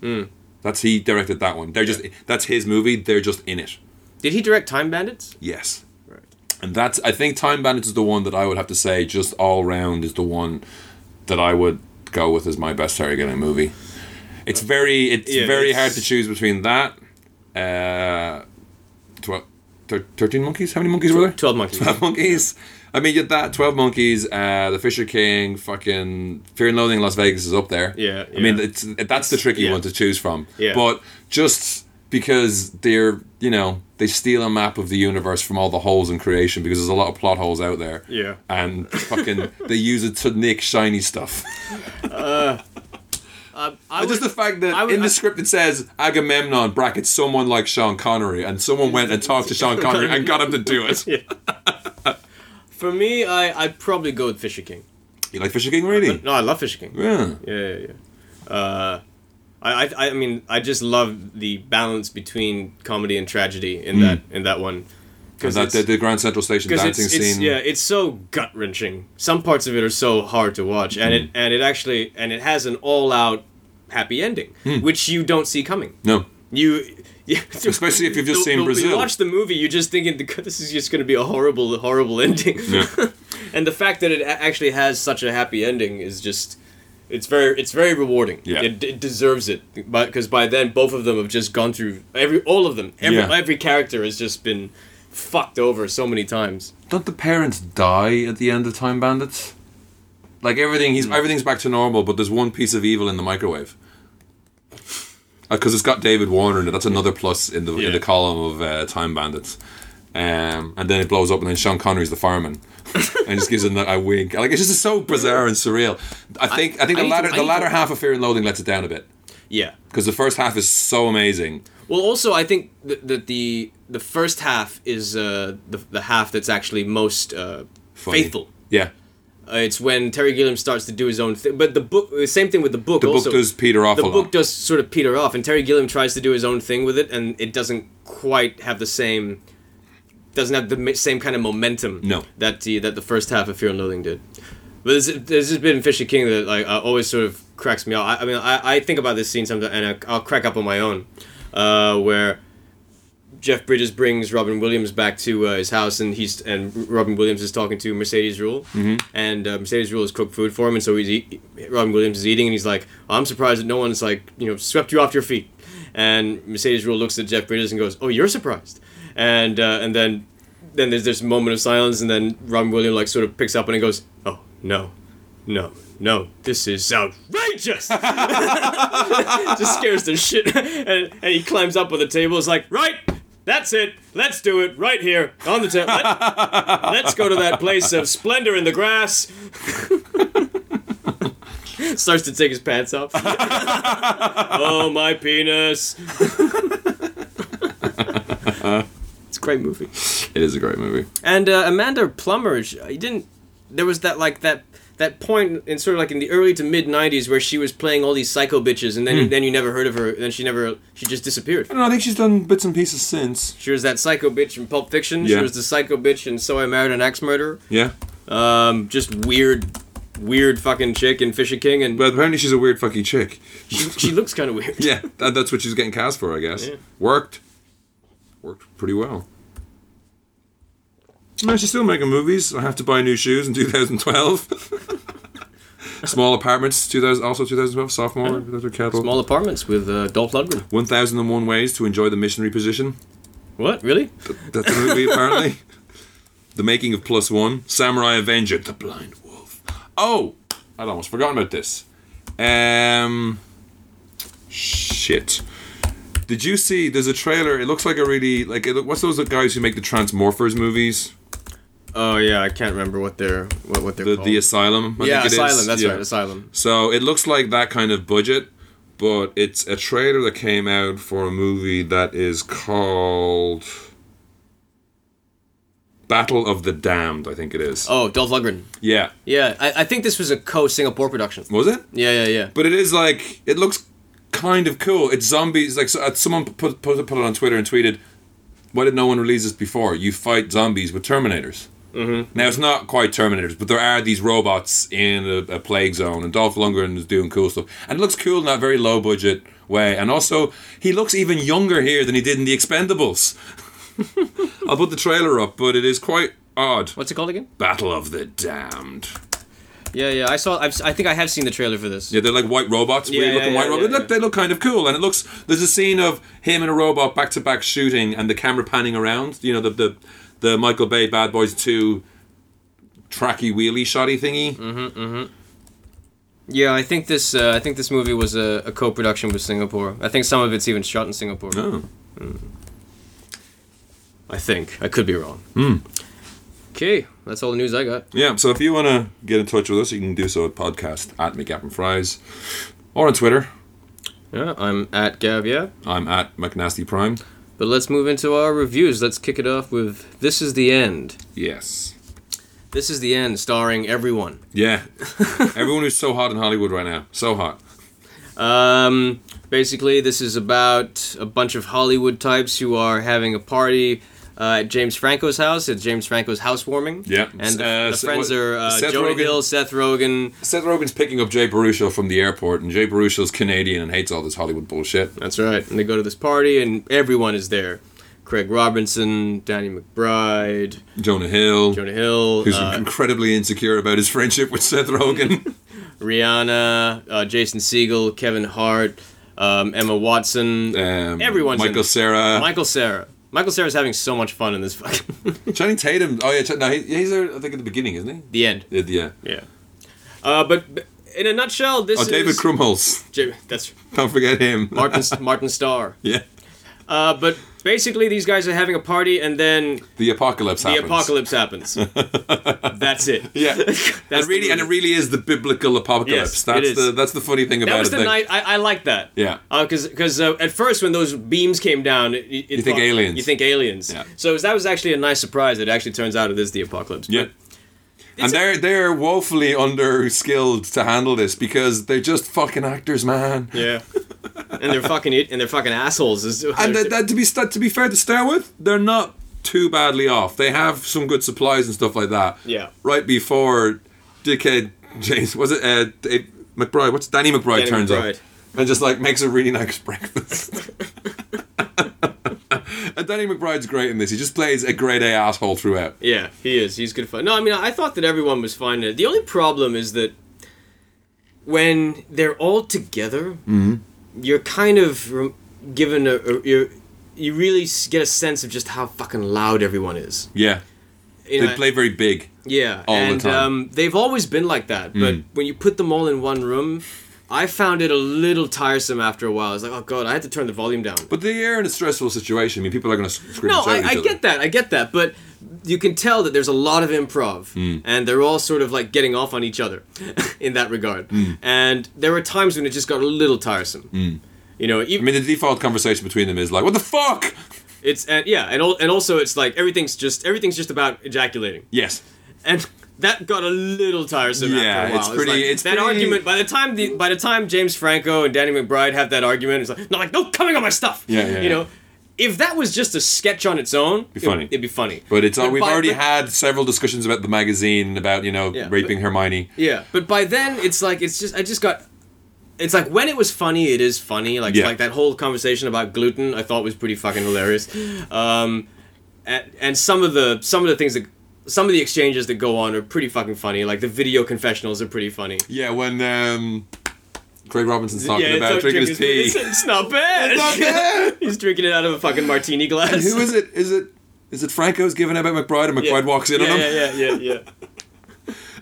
Hmm.
That's he directed that one. They're just that's his movie. They're just in it.
Did he direct Time Bandits?
Yes,
Right.
and that's I think Time Bandits is the one that I would have to say just all round is the one that I would go with as my best Terry Gilliam movie. It's very it's
Yeah,
very
it's-
hard to choose between that. Uh, tw- thir- thirteen monkeys. How many monkeys were there?
Twelve Monkeys.
12 Monkeys. I mean, get that. 12 Monkeys, uh, The Fisher King, fucking Fear and Loathing in Las Vegas is up there.
Yeah,
I mean,
yeah.
it's, that's the tricky
yeah.
one to choose from.
Yeah.
But just because they're, you know, they steal a map of the universe from all the holes in creation because there's a lot of plot holes out there.
Yeah.
And fucking, they use it to nick shiny stuff.
Uh, I
But just the
would-
fact that
I would-
in the
I-
script it says Agamemnon brackets someone like Sean Connery, and someone went and talked to Sean Connery and got him to do it.
for me, I I'd probably go with Fisher King.
You like Fisher King, really?
No, I love Fisher King.
Yeah.
yeah, yeah. yeah. Uh, I, I, I mean, I just love the balance between comedy and tragedy in that in that one.
Mm. Because that the,
it's-
the Grand Central Station
'cause
dancing
it's,
scene.
it's- yeah, it's so gut wrenching. Some parts of it are so hard to watch, and
Mm.
it and it actually and it has an all out happy ending,
Mm.
which you don't see coming.
No.
You. Yeah,
Especially if you've just
the-
seen
the- when You
Brazil.
watch the movie, you're just thinking this is just going to be a horrible, horrible ending. and the fact that it a- actually has such a happy ending is just it's very it's very rewarding
Yeah.
it, it deserves it but because by then both of them have just gone through every all of them every,
Yeah.
every character has just been fucked over so many times
Don't the parents die at the end of Time Bandits? Like everything, he's everything's back to normal, but there's one piece of evil in the microwave. Because it's got David Warner in it. That's another plus in the in
Yeah.
the column of uh, Time Bandits. Um, and then it blows up, and then Sean Connery's the fireman, and just gives him that a wink. Like it's just so bizarre and surreal. I think I, think
I need
the
to-
latter
I
the
need
latter
to-
half of Fear and Loathing lets it down a bit.
Yeah.
because the first half is so amazing.
Well, also I think th- that the the first half is uh, the the half that's actually most uh,
Funny.
faithful.
Yeah,
Uh, it's when Terry Gilliam starts to do his own thing. But the book, the same thing with the book.
the
also,
book does peter off
the
a
book
lot.
does sort of peter off, and Terry Gilliam tries to do his own thing with it, and it doesn't quite have the same. Doesn't have the mi- same kind of momentum.
No.
That the that the first half of Fear and Loathing did. But there's, there's this bit in Fisher King that like uh, always sort of cracks me up. I, I mean, I, I think about this scene sometimes, and I, I'll crack up on my own, uh, where. Jeff Bridges brings Robin Williams back to uh, his house, and he's and Robin Williams is talking to Mercedes Rule, and uh, Mercedes Rule has cooked food for him, and so he's eat, Robin Williams is eating, and he's like, "Oh, "I'm surprised that no one's like you know swept you off your feet," and Mercedes Rule looks at Jeff Bridges and goes, "Oh, you're surprised," and uh, and then then there's this moment of silence, and then Robin Williams like sort of picks up and he goes, "Oh no, no." No, this is outrageous! just scares the shit. and, and he climbs up on the table. Is like, right, that's it. Let's do it right here on the table. Let, let's go to that place of splendor in the grass. Starts to take his pants off. oh my penis! it's a great movie.
It is a great movie.
And uh, Amanda Plummer, sh- you didn't. There was that like that that point in sort of like in the early to mid '90s where she was playing all these psycho bitches, and then you, then you never heard of her. Then she never she just disappeared.
I don't know. I think she's done bits and pieces since.
She was that psycho bitch in Pulp Fiction.
Yeah.
She was the psycho bitch in So I Married an Axe Murderer.
Yeah,
Um, just weird, weird fucking chick in Fisher King, and
but apparently she's a weird fucking chick.
she, she looks kind of weird.
Yeah, that, that's what she's getting cast for, I guess.
Yeah.
Worked. Worked pretty well. No, she's still making movies. I have to buy new shoes in 2012. Small apartments, 2000, also 2012, sophomore, Dr. Kettle.
Small apartments with uh, Dolph Lundgren.
1001 Ways to Enjoy the Missionary Position.
What really?
That's a movie, apparently. The Making of Plus One, Samurai Avenger, The Blind Wolf. Oh, I'd almost forgotten about this. Um, shit. Did you see? There's a trailer. It looks like a really like. It, look- what's those guys who make the Transmorphers movies?
Oh yeah, I can't remember what they're what, what they're
The
called.
the Asylum. I
yeah,
think it is.
Asylum. That's
Yeah.
right, Asylum.
So it looks like that kind of budget, but it's a trailer that came out for a movie that is called Battle of the Damned, I think it is.
Oh, Dolph Lundgren.
Yeah.
Yeah, I, I think this was a co-Singapore production.
Was it?
Yeah, yeah, yeah.
But it is like it looks kind of cool. It's zombies. Like so, uh, someone put, put put it on Twitter and tweeted, "Why did no one release this before? You fight zombies with Terminators." Mm-hmm. Now it's not quite Terminators, but there are these robots in a, a plague zone, and Dolph Lundgren is doing cool stuff, and it looks cool in that very low budget way. And also, he looks even younger here than he did in the Expendables. I'll put the trailer up, but it is quite odd.
What's it called again?
Battle of the Damned.
Yeah, yeah. I saw. I've, s- I think I have seen the trailer for this.
Yeah, they're like white robots,
Yeah,
weird looking
yeah,
white
yeah,
robots.
yeah,
look, they look kind of cool, and it looks. There's a scene of him and a robot back to back shooting, and the camera panning around. You know, the the, the Michael Bay Bad Boys Two tracky wheelie shoddy thingy.
Mm-hmm. Yeah, I think this. Uh, I think this movie was a, a co-production with Singapore. I think some of it's even shot in Singapore.
Oh.
I think I could be wrong.
Hmm.
Okay, that's all the news I got.
Yeah, so if you want to get in touch with us, you can do so at podcast at McGavin Fries, or on Twitter.
Yeah, I'm at Gav. Yeah,
I'm at McNasty Prime.
but let's move into our reviews. Let's kick it off with "This Is the End."
Yes.
This is the end, starring everyone.
Yeah. Everyone who's so hot in Hollywood right now, so hot.
Um, basically, this is about a bunch of Hollywood types who are having a party uh, at James Franco's house. It's James Franco's housewarming.
Yeah.
And the,
Uh,
the
so
friends
what-
are uh,
Seth
Jonah
Rogen-
Hill, Seth Rogen.
Seth Rogen's picking up Jay Baruchel from the airport, and Jay Baruchel's Canadian and hates all this Hollywood bullshit.
That's right. And they go to this party, and everyone is there. Craig Robinson, Danny McBride,
Jonah Hill,
Jonah Hill,
who's
uh,
incredibly insecure about his friendship with Seth Rogen.
Rihanna, uh, Jason Segel, Kevin Hart, um, Emma Watson,
Um,
Everyone's in
Michael
it.
Sarah.
Michael Sarah. Michael Sarah's having so much fun in this fucking.
Channing Tatum. Oh, yeah. Ch- No, he, he's there, I think, at the beginning, isn't
the end.
he? Yeah. yeah.
Yeah. Uh, but but in a nutshell, this
Oh,
is
David Krumholz.
J- that's
Don't forget him.
Martin Martin Starr.
yeah.
Uh, but Basically, these guys are having a party, and then
The apocalypse
the
happens.
apocalypse happens. That's it.
Yeah,
That's
and really,
the
and it really is the biblical apocalypse.
Yes, it
that's
is.
the that's the funny thing
That
about
was
it.
the
that
night I, I liked that.
Yeah.
Because uh, at first when those beams came down, it, it you
think aliens.
You think aliens.
Yeah.
So it was- that was actually a nice surprise. It actually turns out it is the apocalypse.
Yeah. And they're they're woefully under skilled to handle this because they're just fucking actors, man.
But- yeah. and they're fucking it- and they're fucking assholes. Is,
And that, that to be sta- to be fair to start with, they're not too badly off. They have some good supplies and stuff like that.
Yeah.
Right before dickhead James was it uh, Dave McBride? What's Danny McBride
Danny
turns
McBride.
up and just like makes a really nice breakfast. and Danny McBride's great in this. He just plays a grade A asshole throughout.
yeah, he is. He's good fun. No, I mean I thought that everyone was fine. in it. The only problem is that when they're all together, you're kind of rem- given a, a you're, you really s- get a sense of just how fucking loud everyone is.
Yeah.
You
They
know,
play very big.
Yeah,
all the
and
time.
Um, they've always been like that. But when you put them all in one room, I found it a little tiresome after a while. I was like, oh god, I had to turn the volume down.
But they are in a stressful situation. I mean, people are going to scream
no,
and shout
I,
at each
I
other.
get that, I get that, but you can tell that there's a lot of improv,
Mm.
and they're all sort of like getting off on each other in that regard.
Mm.
And there were times when it just got a little tiresome. You know, even
I mean, the default conversation between them is like, "What the fuck?"
it's and yeah, and al- and also it's like everything's just everything's just about ejaculating.
Yes.
and that got a little tiresome.
Yeah,
after a while.
it's pretty-
like,
it's
that
pretty-
argument. By the time the by the time James Franco and Danny McBride have that argument, it's like no, like no coming on my stuff.
Yeah, yeah,
you know.
yeah.
If that was just a sketch on its own, be
funny.
It, would be funny.
But it's all, we've
by-
already
but-
had several discussions about the magazine about you know
Yeah,
raping Hermione.
Yeah, but by then it's like it's just I just got. It's like when it was funny, it is funny. Like
Yeah.
like that whole conversation about gluten, I thought was pretty fucking hilarious. Um, and, and some of the some of the things that some of the exchanges that go on are pretty fucking funny. Like the video confessionals are pretty funny.
Yeah, when um, Craig Robinson's talking about
don't
drinking his
drink
pee.
It's, it's not bad.
It's not bad.
He's drinking it out of a fucking martini glass.
And who is it? Is it is it Franco's giving about McBride and McBride walks in
yeah,
on him?
Yeah, yeah, yeah, yeah.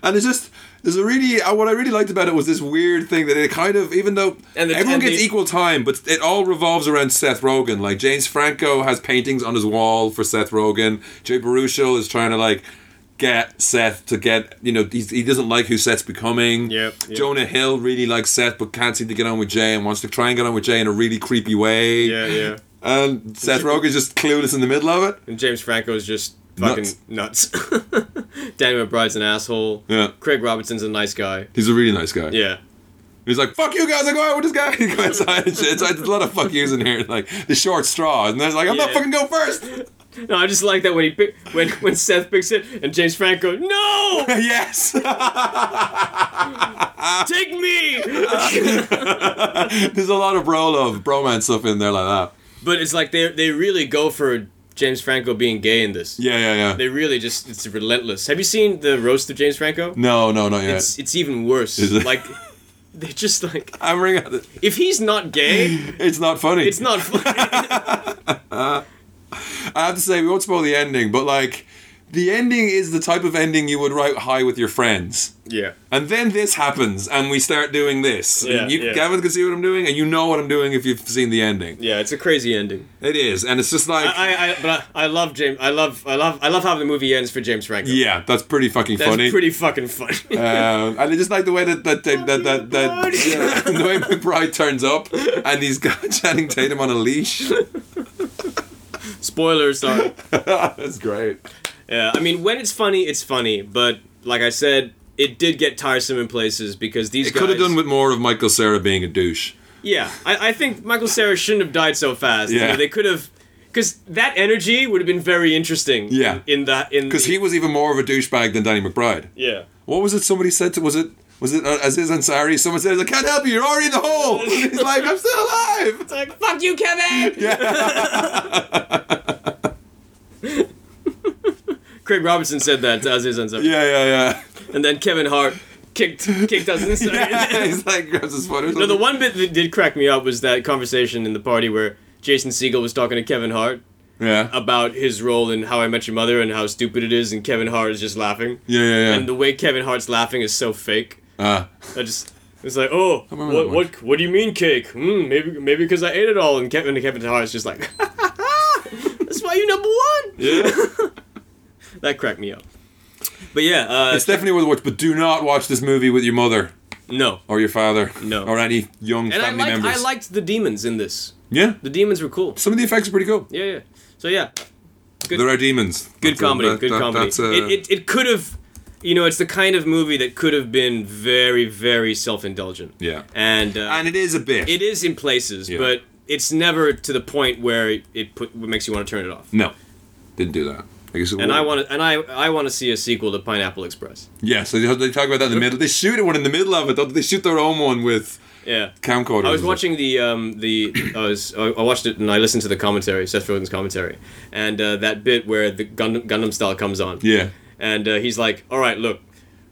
And it's just there's a really uh, what I really liked about it was this weird thing that it kind of even though
And the-
everyone
and
gets
the-
equal time, but it all revolves around Seth Rogen. Like James Franco has paintings on his wall for Seth Rogen. Jay Baruchel is trying to like get Seth to get you know he's, he doesn't like who Seth's becoming.
Yep, yep.
Jonah Hill really likes Seth but can't seem to get on with Jay and wants to try and get on with Jay in a really creepy way.
yeah, yeah.
And Seth Rogen's just clueless in the middle of it.
And James Franco is just fucking nuts. Danny McBride's an asshole.
Yeah.
Craig Robinson's a nice guy.
He's a really nice guy.
Yeah.
He's like, "Fuck you guys! I go out with this guy." He go outside and shit. It's like, there's a lot of fuck yous in here. Like the short straw, and then it's like, "I'm not
Yeah.
fucking going first.
No, I just like that when he pick, when when Seth picks it and James Franco, no,
yes,
take me.
there's a lot of bro love, bromance stuff in there like that.
but it's like they they really go for James Franco being gay in this.
Yeah, yeah, yeah.
They really just it's relentless. Have you seen the roast of James Franco?
no, no, not yet.
It's it's even worse.
Is it?
Like they're just like
I'm ringing. Out the,
if he's not gay,
it's not funny.
it's not funny.
I have to say, we won't spoil the ending, but like, the ending is the type of ending you would write high with your friends.
yeah.
And then this happens, and we start doing this.
Yeah,
and you,
yeah.
Gavin can see what I'm doing, and you know what I'm doing if you've seen the ending.
Yeah, it's a crazy ending.
It is, and it's just like,
I, I but I, I love James I love I love I love how the movie ends for James Franco.
yeah, that's pretty fucking
That's
funny.
pretty fucking funny.
Um, and I just like the way that that that that, that, that
McBride.
yeah, the way McBride turns up and he's got Channing Tatum on a leash.
Spoilers, sorry.
That's great.
Yeah, I mean when it's funny, it's funny, but like I said, it did get tiresome in places because these
It
guys
could have done with more of Michael Sarah being a douche.
Yeah, I, I think Michael Sarah shouldn't have died so fast. You
Yeah.
know, they could have because that energy would have been very interesting.
Yeah.
in, in that in
Because he was even more of a douchebag than Danny McBride.
yeah.
What was it somebody said to was it was it uh, Aziz Ansari? Someone says, I can't help you, you're already in the hole. He's like, I'm still alive.
It's like, fuck you, Kevin! Craig Robinson said that to Aziz Ansari.
Yeah, yeah,
And then Kevin Hart kicked kicked us
yeah.
inside.
yeah. He's like grabs his foot or
no, the
something.
one bit that did crack me up was that conversation in the party where Jason Siegel was talking to Kevin Hart
Yeah.
about his role in How I Met Your Mother and how stupid it is, and Kevin Hart is just laughing.
Yeah, yeah,
And
yeah.
the way Kevin Hart's laughing is so fake.
Ah.
I just it's like, oh,
remember
what,
that
Hmm, what what do you mean cake? Mm, maybe maybe because I ate it all, and Kevin Kevin Hart's just like, number one.
Yeah.
That cracked me up. But yeah, uh,
it's definitely worth a watch, but do not watch this movie with your mother
no.
or your father.
No.
Or any young
And I
family
liked,
members.
I liked the demons in this.
yeah.
The demons were cool.
Some of the effects are pretty cool.
Yeah, yeah. So yeah, Good-
There are demons.
good comedy. good comedy.
That's, uh,
it it, it could have, you know, it's the kind of movie that could have been very, very self-indulgent.
Yeah.
And, uh,
and it is a bit.
it is in places,
Yeah.
but it's never to the point where it put makes you want to turn it off.
no. Didn't do that. I guess it
And I
would.
want to, and I, I want to see a sequel to Pineapple Express.
Yeah, so they they talk about that in the middle. They shoot one in the middle of it. Don't they? they shoot their own one with
Yeah.
camcorders.
I was watching the um, the I was I I watched it and I listened to the commentary, Seth Rogen's commentary, and uh, that bit where the Gundam, Gundam style comes on.
Yeah.
and uh, he's like, "All right, look,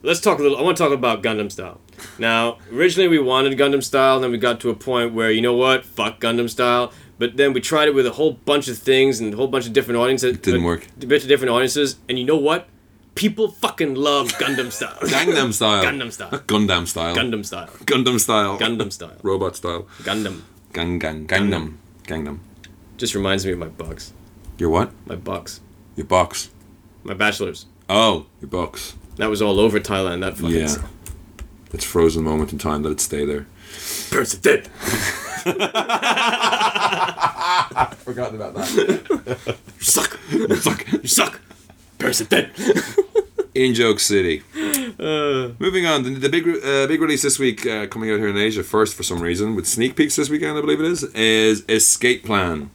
let's talk a little. I want to talk about Gundam style. Now, originally we wanted Gundam style, then we got to a point where you know what, fuck Gundam style. But then we tried it with a whole bunch of things and a whole bunch of different audiences. It
didn't work.
A bunch of different audiences, and you know what? People fucking love Gundam style.
Gangnam style.
Gundam style.
Not Gundam style.
Gundam style.
Gundam style.
Gundam style.
Robot style.
Gundam.
Gang gang. Gangnam. Gangnam.
Just reminds me of my box.
Your what?
My box.
Your box.
My bachelor's.
Oh, your box.
That was all over Thailand. That fucking.
Yeah. It's frozen moment in time. Let it stay there.
Person dead.
Forgotten about that.
You suck.
Fuck.
You suck. Person dead. Uh,
In Joke City. Moving on, the, the big re- uh, big release this week uh, coming out here in Asia first for some reason with sneak peeks this weekend, I believe it is, is Escape Plan.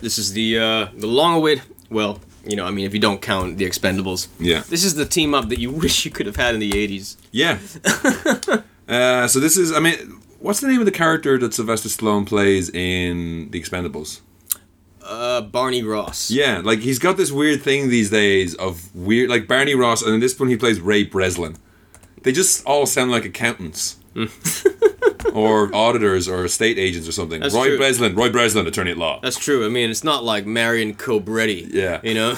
This is the uh, the long await. Well, you know, I mean, if you don't count the Expendables,
Yeah.
this is the team up that you wish you could have had in the '80s.
Yeah. uh, so this is, I mean, what's the name of the character that Sylvester Stallone plays in The Expendables?
Uh, Barney Ross.
Yeah, like he's got this weird thing these days of weird, like Barney Ross, and in this one he plays Ray Breslin. They just all sound like accountants. or auditors or estate agents or something.
Mm. That's
Roy
true.
Breslin, Roy Breslin, attorney at law.
that's true. I mean, it's not like Marion Cobretti.
Yeah.
you know,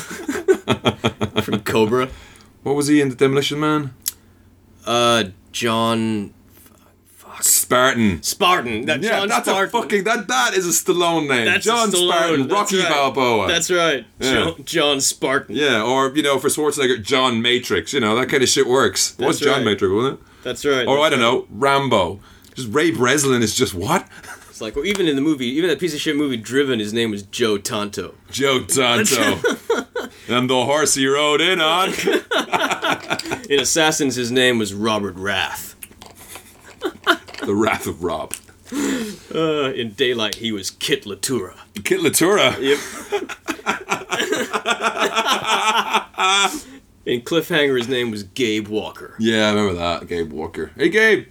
from Cobra.
What was he in The Demolition Man?
Uh, John
Spartan.
Spartan. That
Yeah,
John
that's
Spartan.
a fucking that that is a Stallone name.
That's
John
Stallone,
Spartan,
that's
Rocky
right.
Balboa.
That's right.
Yeah.
John, John Spartan.
yeah, or you know, for Schwarzenegger, John Matrix. You know that kind of shit works. It was
That's
John
right.
Matrix, wasn't it?
That's right.
Or Oh, I don't know, Rambo. Just Ray Breslin is just what
It's like, well, even in the movie, even that piece of shit movie Driven, his name was Joe Tonto.
Joe Tonto, and the horse he rode in on.
In Assassins, his name was Robert Rath.
the Wrath of Rob.
Uh, in Daylight, he was Kit Latura.
Kit Latura.
Yep. in Cliffhanger, his name was Gabe Walker.
Yeah, I remember that. Gabe Walker. Hey, Gabe.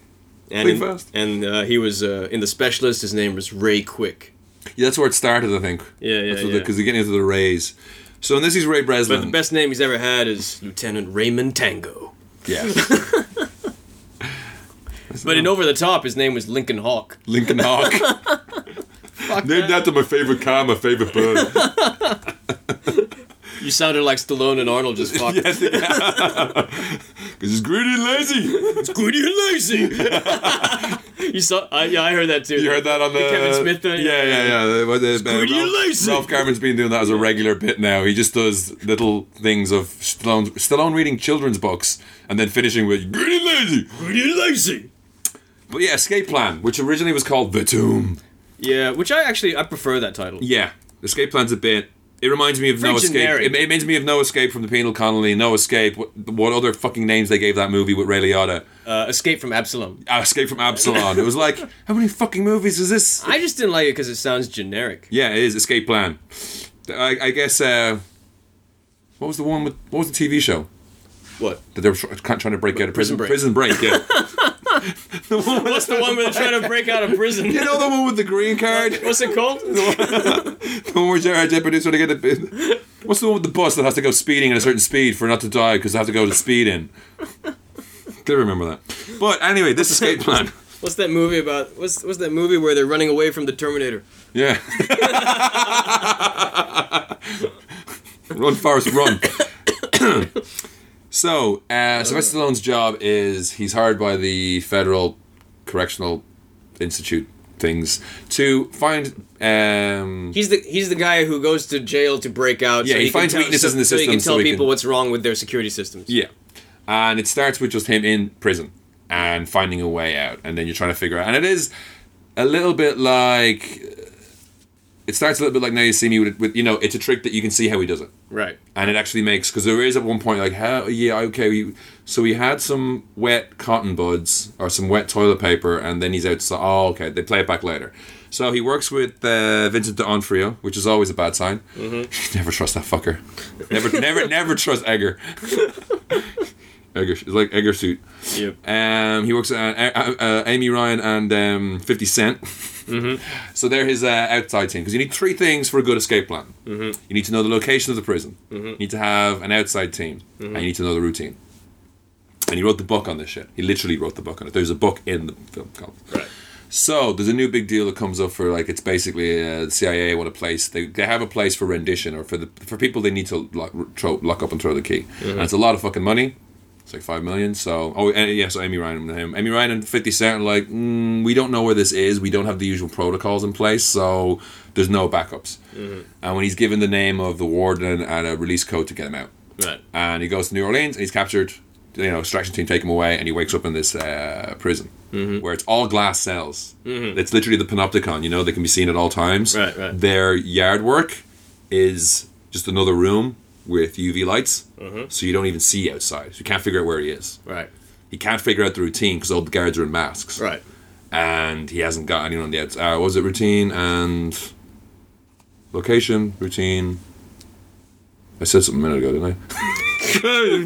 And, in-
Think fast.
and uh, he was uh, in The Specialist, his name was Ray Quick.
Yeah, that's where it started, I think.
Yeah, yeah, yeah.
Because they're getting into the Rays. So, and this is Ray Breslin.
But the best name he's ever had is Lieutenant Raymond Tango.
Yeah.
But in Over the Top, his name was Lincoln Hawk.
Lincoln Hawk. Named after my favorite car, my favorite bird.
You sounded like Stallone and Arnold just fucked.
Because it's greedy and lazy.
It's greedy and lazy. you saw? I, yeah, I heard that too.
You heard that on the,
Kevin Smith uh, thing?
Yeah, yeah, yeah. The- what the-
greedy
Ralph,
and lazy.
Ralph Garman's been doing that as a regular bit now. He just does little things of Stallone, Stallone reading children's books and then finishing with greedy and lazy.
Greedy and lazy.
But yeah, Escape Plan, which originally was called The Tomb.
Yeah, which I actually I prefer that title.
Yeah, Escape Plan's a bit. It reminds me of No
generic.
Escape. It, it reminds me of No Escape from the Penal Colony. No Escape. What, what other fucking names they gave that movie with Ray Liotta?
Uh, Escape from Absalom.
Uh, Escape from Absalon. it was like, how many fucking movies is this?
I just didn't like it because it sounds generic.
Yeah, it is Escape Plan. I, I guess. Uh, what was the one with? What was the TV show
What?
that they were tr- trying to break out of prison?
Prison
Break. Prison Break. Yeah. the one with,
What's the one where they're trying to break out of prison?
you know the one with the green card.
What's it called?
The one where Jared Jeopardy trying to get a. What's the one with the bus that has to go speeding at a certain speed for not to die because they have to go to speed in? Did remember that. But anyway, this escape plan.
What's that movie about? What's what's that movie where they're running away from the Terminator?
Yeah. run, Forrest, run. so, uh, Sylvester Stallone's job is he's hired by the Federal Correctional Institute things to find. Um,
He's the he's the guy who goes to jail to break out.
Yeah, he
can
finds
tell-
weaknesses in the
So he can
system so
tell
he
people
can-
what's wrong with their security systems.
yeah, and it starts with just him in prison and finding a way out, and then you're trying to figure out. And it is a little bit like it starts a little bit like now you see me with, with you know it's a trick that you can see how he does it.
Right.
and it actually makes because there is at one point like how yeah okay we, so he had some wet cotton buds or some wet toilet paper and then he's outside oh okay they play it back later so he works with uh, Vincent D'Onofrio which is always a bad sign never trust that fucker never never never trust Edgar Edgar it's like Edgar suit
Yep.
um, he works at uh, uh, Amy Ryan and um, 50 cents So they're his uh, outside team because you need three things for a good escape plan. Mm-hmm. You need to know the location of the prison. You need to have an outside team, and you need to know the routine. And he wrote the book on this shit. He literally wrote the book on it. There's a book in the film called.
Right.
So there's a new big deal that comes up for like it's basically uh, the CIA want a place they, they have a place for rendition or for the for people they need to lock, throw, lock up and throw the key and it's a lot of fucking money it's like five million so oh and, yeah so Amy Ryan and him Amy Ryan and Fifty Cent are like mm, we don't know where this is we don't have the usual protocols in place so there's no backups and when he's given the name of the warden and a release code to get him out
Right.
and he goes to New Orleans and he's captured. You know, extraction team take him away, and he wakes up in this uh, prison
Mm-hmm.
where it's all glass cells. It's literally the panopticon. You know, they can be seen at all times.
Right, right.
Their yard work is just another room with UV lights,
Mm-hmm.
so you don't even see outside. So you can't figure out where he is.
Right.
He can't figure out the routine because all the guards are in masks,
Right.
and he hasn't got anyone on the outside. Uh, what was it routine and location routine? I said something a minute ago, didn't I?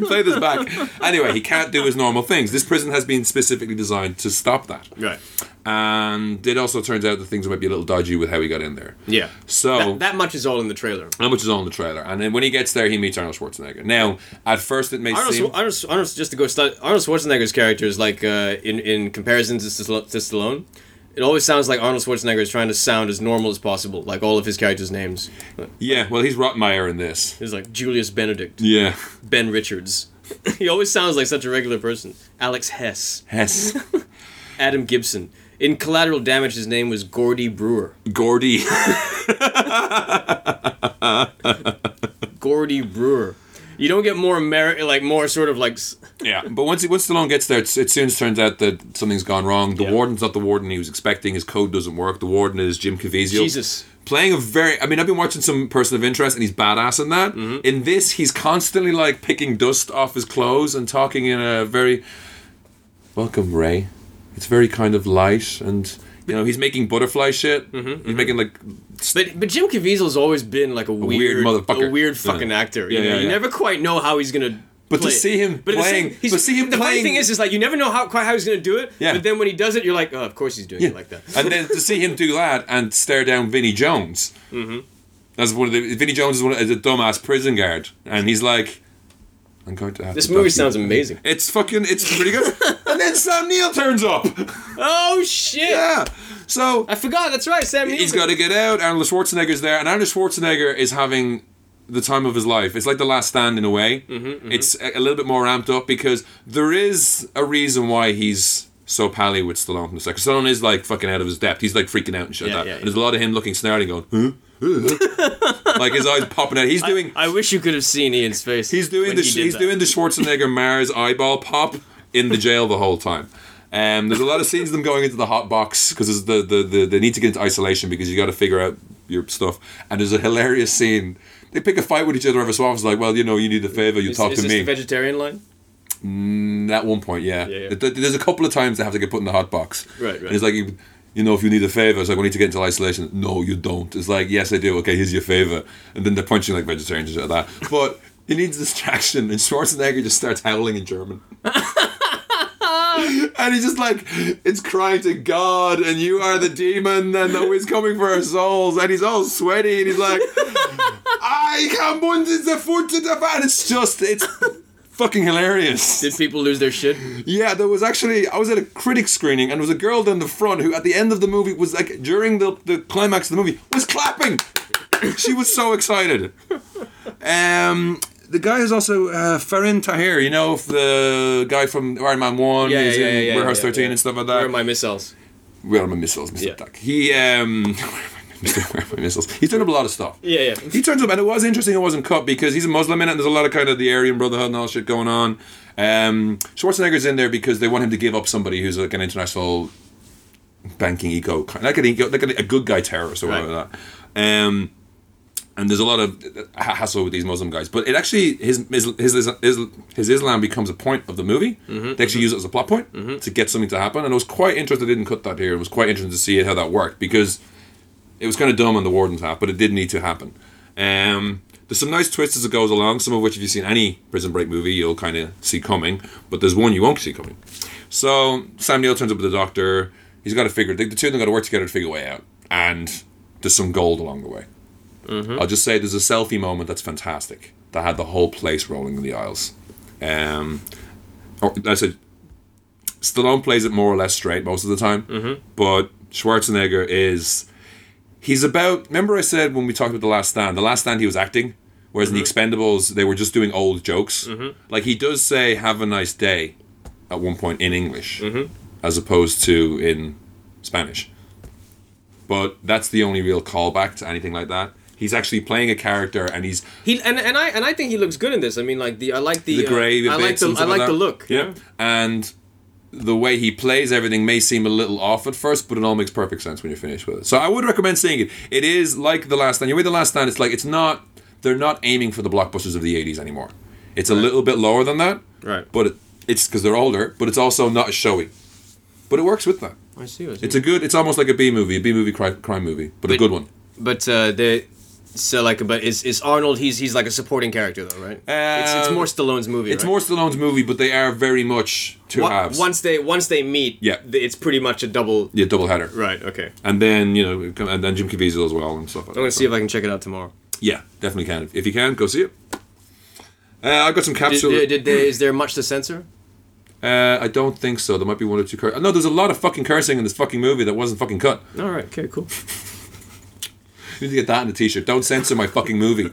play this back. Anyway, he can't do his normal things. This prison has been specifically designed to stop that.
Right.
And it also turns out that things might be a little dodgy with how he got in there.
Yeah.
So
That, that much is all in the trailer.
how much is all in the trailer? And then when he gets there, he meets Arnold Schwarzenegger. Now, at first, it may
Arnold,
seem
Schwar- Arnold, Schwar- Arnold, just to go, stu- Arnold Schwarzenegger's character is like uh, in in comparison to, Stal- to Stallone. It always sounds like Arnold Schwarzenegger is trying to sound as normal as possible, like all of his characters' names.
yeah. Well, he's Rottmeyer in this.
He's like Julius Benedict,
Yeah,
Ben Richards. he always sounds like such a regular person. Alex Hess,
Hess,
Adam Gibson. In Collateral Damage, his name was Gordy Brewer.
Gordy.
Gordy Brewer. You don't get more Ameri- like more sort of like s-
Yeah, but once once Stallone gets there, it's, it soon turns out that something's gone wrong. The
Yeah.
warden's not the warden he was expecting. His code doesn't work. The warden is Jim Caviezel.
Jesus.
Playing a very, I mean, I've been watching some Person of Interest, and he's badass in that.
Mm-hmm.
In this, he's constantly like picking dust off his clothes and talking in a very welcome Ray. It's very kind of light, and you know, he's making butterfly shit.
Mm-hmm,
He's making like
But but Jim Caviezel's always been like a weird,
motherfucker.
a weird
Yeah.
fucking actor. You,
Yeah,
know?
yeah,
you
yeah.
never quite know how he's gonna.
But to
play it.
see him
at the same-
playing- but see him
the funny
playing-
thing is, is like you never know how quite how he's gonna do it.
Yeah.
But then when he does it, you're like, oh, of course he's doing it like that.
and then to see him do that and stare down Vinnie Jones. Mm-hmm. That's one of the Vinnie Jones is one of, is a dumbass prison guard, and he's like, "I'm going to." Have
This
to
movie
talk to you."
sounds amazing.
It's fucking. It's pretty good. and then Sam Neill turns up.
Oh shit!
yeah. So
I forgot. That's right, Sam.
he's got to get out. Arnold Schwarzenegger's there, and Arnold Schwarzenegger is having the time of his life. It's like The Last Stand in a way.
Mm-hmm,
It's a, a little bit more amped up because there is a reason why he's so pally with Stallone from the second. Stallone is like fucking out of his depth. He's like freaking out and shit.
Yeah,
like that.
yeah, yeah.
And there's a lot of him looking snarly, going, huh? Huh?" like his eyes popping out. He's doing.
I wish you could have seen Ian's face.
He's doing
when
the
he
sh-
did
he's
that.
doing the Schwarzenegger Mars eyeball pop in the jail the whole time. Um, there's a lot of scenes of them going into the hot box because the, the the they need to get into isolation because you got to figure out your stuff. And there's a hilarious scene. They pick a fight with each other every so often. It's like, well, you know, you need a favor. You
Is,
talk
is
to
this
me.
the vegetarian line?
And at one point, yeah.
Yeah, yeah.
Th- th- There's a couple of times they have to get put in the hot box.
Right, right.
And it's like, you you know, if you need a favor, it's like, we need to get into isolation. No, you don't. It's like, yes, I do. Okay, here's your favor. And then they're punching like vegetarians and shit like that. But he needs distraction, and Schwarzenegger just starts howling in German. And he's just like, it's crying to God, and you are the demon, and the always coming for our souls. And he's all sweaty, and he's like, I come unto the foot of the van. It's just, it's fucking hilarious.
Did people lose their shit?
Yeah, there was actually I was at a critic screening and there was a girl down the front who at the end of the movie was like during the, the climax of the movie was clapping. she was so excited. Um the guy is also uh, Farin Tahir, you know, the guy from Iron Man 1,
Yeah,
he's
yeah,
in
yeah, yeah,
Warehouse
yeah,
13
yeah.
and stuff like that.
Where are my missiles?
Where are my missiles, Mr.
Yeah.
Duck? He um where are my missiles? He's turned up a lot of stuff.
Yeah, yeah.
He turns up and it was interesting it wasn't cut because he's a Muslim in it and there's a lot of kind of the Aryan Brotherhood and all shit going on. Um Schwarzenegger's in there because they want him to give up somebody who's like an international banking eco kind like an eco like a, a good guy terrorist or whatever
Right.
that. Um and there's a lot of uh, ha- hassle with these Muslim guys. But it actually his his his, his, his Islam becomes a point of the movie. They actually use it as a plot point to get something to happen. And I was quite interested. They didn't cut that here. It was quite interesting to see how that worked because it was kind of dumb on the warden's half, but it did need to happen. Um, there's some nice twists as it goes along. Some of which, if you've seen any Prison Break movie, you'll kind of see coming. But there's one you won't see coming. So Sam Neill turns up with the doctor. He's got to figure. The, the two of them got to work together to figure a way out. And there's some gold along the way. I'll just say there's a selfie moment that's fantastic that had the whole place rolling in the aisles. Um, or, I said Stallone plays it more or less straight most of the time, but Schwarzenegger is he's about. Remember, I said when we talked about the Last Stand, the Last Stand he was acting, whereas in the Expendables they were just doing old jokes. Like he does say "Have a nice day" at one point in English,
Mm-hmm.
as opposed to in Spanish but that's the only real callback to anything like that. He's actually playing a character, and he's
He and, and I and I think he looks good in this. I mean, like the I like the,
the
uh,
grey.
I like
bits
the
and
I
stuff
like the
that.
look. you
Yeah,
know?
and the way he plays everything may seem a little off at first, but it all makes perfect sense when you're finished with it. So I would recommend seeing it. It is like the last stand. You're with the last stand. It's like it's not. They're not aiming for the blockbusters of the '80s anymore. It's a little bit lower than that,
Right.
But it, it's because they're older. But it's also not as showy. But it works with that.
I see. I see.
It's a good. It's almost like a B movie, a B movie crime, crime movie, but a
But-
good one.
but uh, the so like but is is Arnold? He's he's like a supporting character though, right? it's, it's
Um,
more Stallone's movie.
It's
right?
more Stallone's movie, but they are very much two
Wa-
halves.
once they once they meet.
Yeah.
th- it's pretty much a double.
yeah, double header,
Right. Okay.
and then you know, it come- and then Jim Caviezel as well and stuff. Like
I'm gonna
that.
see if I can check it out tomorrow.
yeah, definitely can. If you can, go see it. Uh, I've got some
Did,
capsule.
did, did they, is there much to censor?
uh, I don't think so. There might be one or two. Cur- no, there's a lot of fucking cursing in this fucking movie that wasn't fucking cut.
All right. Okay. Cool.
You need to get that in a t-shirt. Don't censor my fucking movie.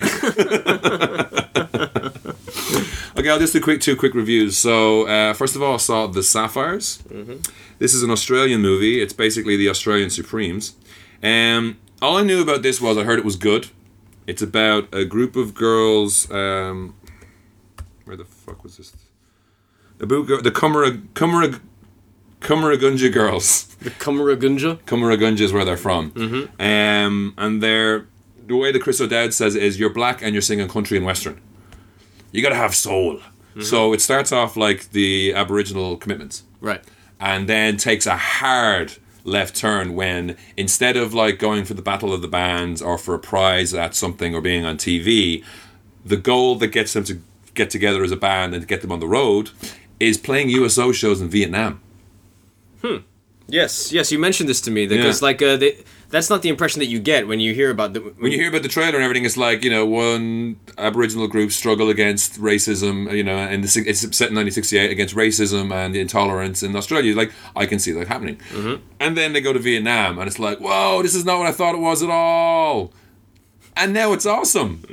okay, I'll just do quick two quick reviews. So uh, first of all, I saw The Sapphires. This is an Australian movie. It's basically the Australian Supremes. Um, all I knew about this was I heard it was good. It's about a group of girls. Um, where the fuck was this? The Boo- the Kumara Kumara Kumaragunja girls.
The Kamaragunja.
Kumaragunja is where they're from. Um, and they're the way that Chris O'Dowd says it is you're black and you're singing country and western. You gotta have soul. So it starts off like the Aboriginal commitments
Right.
and then takes a hard left turn when instead of like going for the battle of the bands or for a prize at something or being on TV, the goal that gets them to get together as a band and to get them on the road is playing USO shows in Vietnam.
Yes. Yes. You mentioned this to me because like uh, they, that's not the impression that you get when you hear about the
when you hear about the trailer and everything, it's like you know one Aboriginal group struggle against racism, you know, and the, si- it's set in 1968 against racism and intolerance in Australia. Like I can see that happening,
Mm-hmm.
and then they go to Vietnam, and it's like, whoa, this is not what I thought it was at all, and now it's awesome.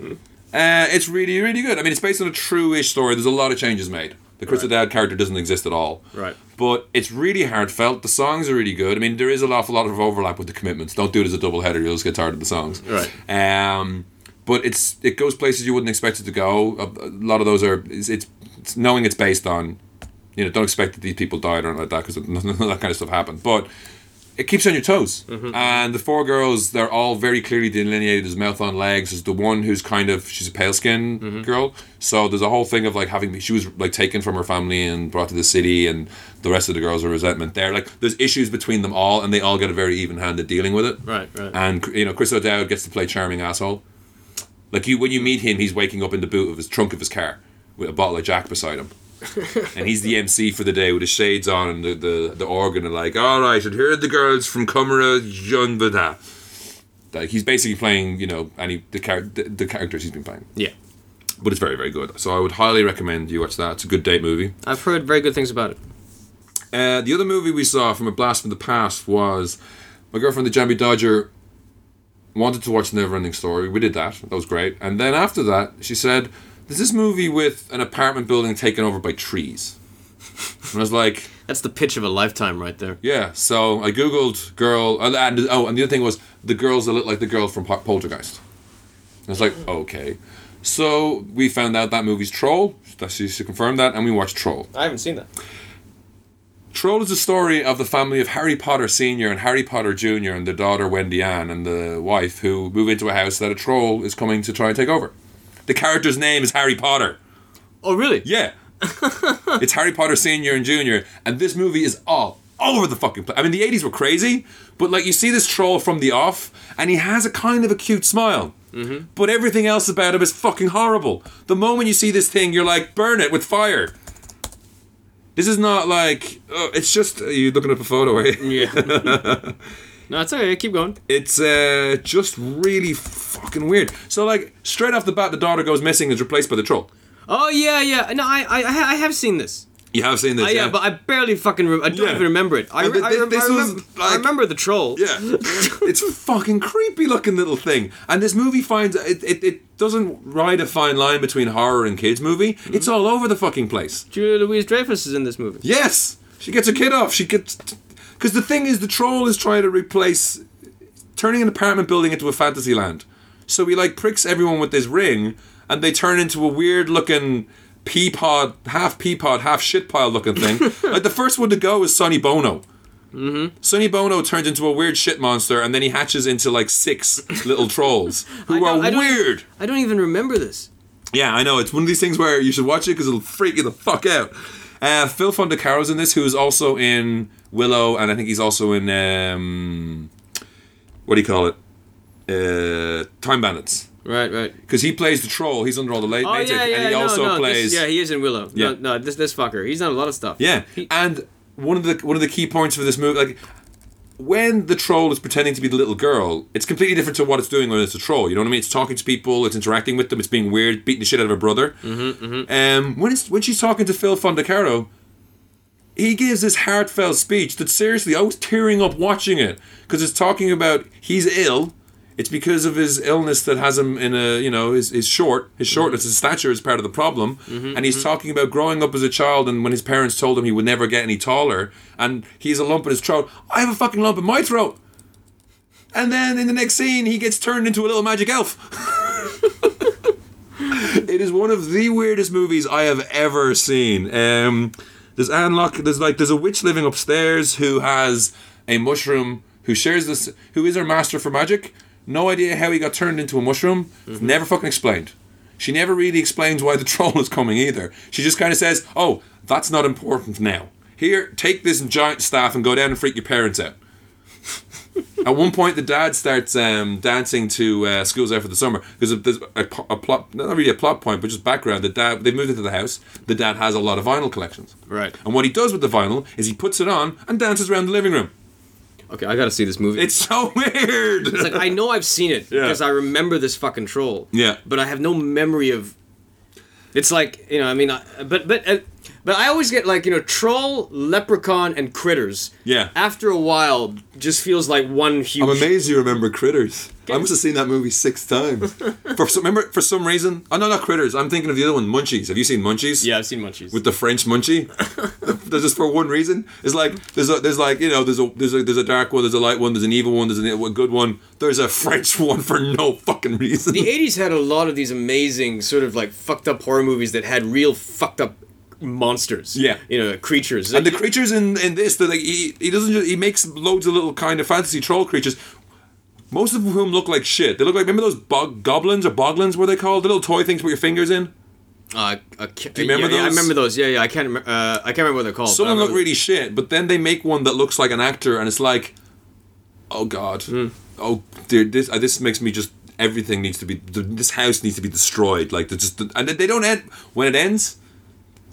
Uh, it's really, really good. I mean, it's based on a true-ish story. There's a lot of changes made. The Chris
Right.
O'Dowd character doesn't exist at all.
Right.
But it's really heartfelt. The songs are really good. I mean, there is an awful lot of overlap with the commitments. Don't do it as a double header. You'll just get tired of the songs.
Right.
Um, but it's it goes places you wouldn't expect it to go. A, a lot of those are it's, it's, it's knowing it's based on. You know, don't expect that these people died or anything like that because none of that kind of stuff happened. But it keeps you on your toes. And the four girls, they're all very clearly delineated as mouth on legs. There's the one who's kind of she's a pale skinned girl, so there's a whole thing of like having she was like taken from her family and brought to the city, and the rest of the girls are resentment there. Like there's issues between them all, and they all get a very even hand at dealing with it.
Right, right.
And you know, Chris O'Dowd gets to play charming asshole. Like you, when you meet him, he's waking up in the boot of his trunk of his car with a bottle of Jack beside him and he's the MC for the day with his shades on and the, the, the organ and like, all right, and here are the girls from Cumra Junvada. Like he's basically playing, you know, any the, char- the, the characters he's been playing,
yeah.
but it's very very good. So I would highly recommend you watch that. It's a good date movie.
I've heard very good things about it.
Uh, the other movie we saw from a blast from the past was my girlfriend, the Jambi Dodger, wanted to watch Neverending Story. We did that. That was great. And then after that, she said, "There's this movie with an apartment building taken over by trees." And I was like,
That's the pitch of a lifetime right there.
Yeah, so I googled girl, and, and oh, and the other thing was the girls that look like the girl from Pol- Poltergeist. And I was like, okay. So we found out that movie's Troll. That she she confirmed that, and we watched Troll.
I haven't seen that.
Troll is the story of the family of Harry Potter Senior and Harry Potter Junior and their daughter Wendy Ann and the wife who move into a house that a troll is coming to try and take over. The character's name is Harry Potter.
Oh, really?
Yeah. it's Harry Potter Senior and Junior, and this movie is all over the fucking place. I mean, the '80s were crazy, but like you see this troll from the off, and he has a kind of a cute smile.
Mm-hmm.
But everything else about him is fucking horrible. The moment you see this thing, you're like, burn it with fire. This is not like uh, it's just uh, you looking up a photo. eh?
Yeah. no, it's okay. Keep going.
It's uh, just really fucking weird. So like straight off the bat, the daughter goes missing and is replaced by the troll.
Oh yeah, yeah. No, I I, I ha- I have seen this.
You have seen this,
Uh, yeah, but I barely fucking. Re- I don't
Yeah.
even remember it. I,
And
re-
thi-
I,
thi-
rem- I,
this was,
remember,
like-
I remember the troll.
Yeah, it's a fucking creepy looking little thing. And this movie finds it, it, it doesn't ride a fine line between horror and kids movie. It's all over the fucking place.
Julia Louise Dreyfus is in this movie.
Yes, she gets her kid off. She gets because the thing is, the troll is trying to replace turning an apartment building into a fantasy land. So he like pricks everyone with his ring, and they turn into a weird looking pea pod, half pea pod, half shit pile looking thing. like the first one to go is Sonny Bono.
Mm-hmm.
Sonny Bono turns into a weird shit monster, and then he hatches into like six little trolls
I
who
don't- I
are
don't-
weird.
I don't even remember this.
Yeah, I know. It's one of these things where you should watch it because it'll freak you the fuck out. Uh, Phil Fondacaro's in this, who is also in Willow, and I think he's also in um, what do you call it? Uh, Time Bandits,
Right, right.
because he plays the troll. He's under all the late
Oh yeah, yeah.
and he
no,
also
no, this-
plays
yeah, he is in Willow.
Yeah.
No, no, this this fucker. He's done a lot of stuff.
Yeah,
He-
and one of the one of the key points for this movie, like when the troll is pretending to be the little girl, it's completely different to what it's doing when it's a troll. You know what I mean? It's talking to people, it's interacting with them, it's being weird, beating the shit out of her brother. Mm-hmm, Um, when it's when she's talking to Phil Fondacaro, he gives this heartfelt speech that seriously, I was tearing up watching it because it's talking about he's ill. It's because of his illness that has him in a, you know, his, his short, his shortness, his stature is part of the problem. and he's talking about growing up as a child and when his parents told him he would never get any taller. And he's a lump in his throat. I have a fucking lump in my throat. And then in the next scene, he gets turned into a little magic elf. it is one of the weirdest movies I have ever seen. Um, there's Anne Locke. There's like there's a witch living upstairs who has a mushroom who shares this. Who is her master for magic? No idea how he got turned into a mushroom. It's Never fucking explained. She never really explains why the troll is coming either. She just kind of says, "Oh, that's not important now. Here, take this giant staff and go down and freak your parents out." At one point, the dad starts um, dancing to uh, "School's Out for the Summer" because there's a, po- a plot, not really a plot point, but just background. The dad they've moved into the house. The dad has a lot of vinyl collections,
Right.
And what he does with the vinyl is he puts it on and dances around the living room.
Okay, I gotta see this movie.
It's so weird.
It's like I know I've seen it
Yeah.
because I remember this fucking troll.
Yeah.
But I have no memory of. It's like you know, I mean, I, but but uh, but I always get like you know, troll, leprechaun, and critters.
Yeah.
After a while, just feels like one huge.
I'm amazed you remember Critters. I must have seen that movie six times. for some, remember, for some reason, oh no, not Critters. I'm thinking of the other one, Munchies. Have you seen Munchies?
Yeah, I've seen munchies.
with the French munchie. there's just for one reason. It's like there's a, there's like you know there's a there's a there's a dark one, there's a light one, there's an evil one, there's a good one. There's a French one for no fucking reason.
the '80s had a lot of these amazing sort of like fucked up horror movies that had real fucked up monsters.
Yeah.
You know, creatures.
and the creatures in in this, they're like he he doesn't just, he makes loads of little kind of fantasy troll creatures. Most of whom look like shit. They look like remember those bog, goblins or boglins? Were they called the little toy things? Put your fingers in.
uh, I can't-
you remember
yeah, yeah, I
those?
remember those. Yeah, yeah. I can't. remem- Uh, I can't remember what they're called.
Some
but I
of them look
remember-
really shit, but then they make one that looks like an actor, and it's like, oh god,
Hmm.
oh dear, this uh, this makes me just everything needs to be th- this house needs to be destroyed. Like they just and they don't end when it ends.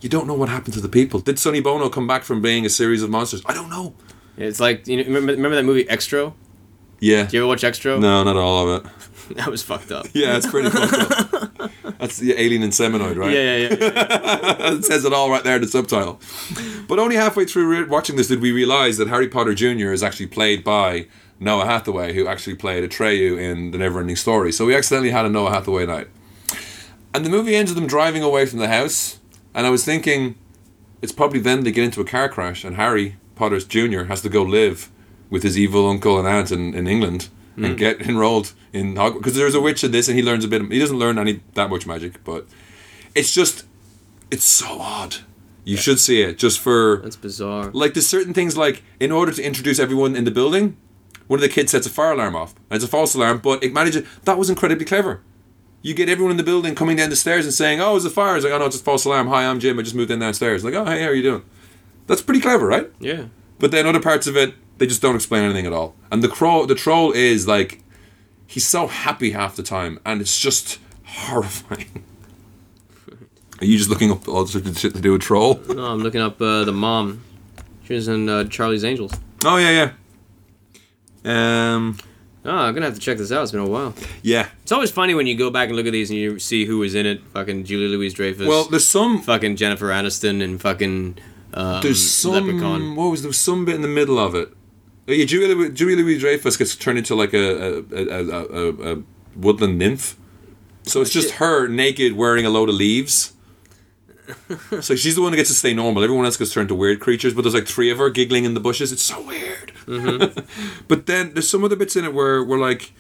You don't know what happened to the people. Did Sonny Bono come back from being a series of monsters? I don't know.
It's like you know, remember, remember that movie Extro?
Yeah.
Do you ever watch Extro?
No, not all of it.
That was fucked up.
Yeah, it's pretty fucked up. That's the alien and seminoid, right?
Yeah, yeah, yeah.
it says it all right there in the subtitle. But only halfway through re- watching this did we realize that Harry Potter Jr. is actually played by Noah Hathaway, who actually played Atreyu in The Neverending Story. So we accidentally had a Noah Hathaway night. And the movie ends with them driving away from the house, and I was thinking, it's probably then they get into a car crash and Harry Potter's Jr. has to go live with his evil uncle and aunt in, in England and get enrolled in Hogwarts. Because there's a witch in this and he learns a bit. He doesn't learn any that much magic, but it's just, it's so odd. You should see it just for
That's bizarre.
like there's certain things like in order to introduce everyone in the building, one of the kids sets a fire alarm off. And it's a false alarm, but it manages. That was incredibly clever. You get everyone in the building coming down the stairs and saying, "Oh, it's a fire." It's like, "Oh no, it's just a false alarm." Hi, I'm Jim. I just moved in downstairs. Like, "Oh, hey, how are you doing?" That's pretty clever, right?
Yeah.
But then other parts of it, they just don't explain anything at all. And the crow, the troll is like, he's so happy half the time, and it's just horrifying. Are you just looking up all sorts of shit to do with troll?
No, I'm looking up uh, the mom. She was in uh, Charlie's Angels.
Oh yeah, yeah. Um,
Oh, I'm gonna have to check this out. It's been a while.
yeah.
It's always funny when you go back and look at these and you see who was in it. Fucking Julie Louise Dreyfus.
Well, there's some.
fucking Jennifer Aniston and fucking um,
There's some.
Leprechaun.
What was there? Was some bit in the middle of it? Uh, Yeah, Julia, Louis- Julia Louis Dreyfus gets turned into like a a, a, a, a, a woodland nymph. So it's just
Shit.
her naked wearing a load of leaves. so she's the one who gets to stay normal. Everyone else gets turned to weird creatures, but there's like three of her giggling in the bushes. It's so weird.
Mm-hmm.
but then there's some other bits in it where we're like,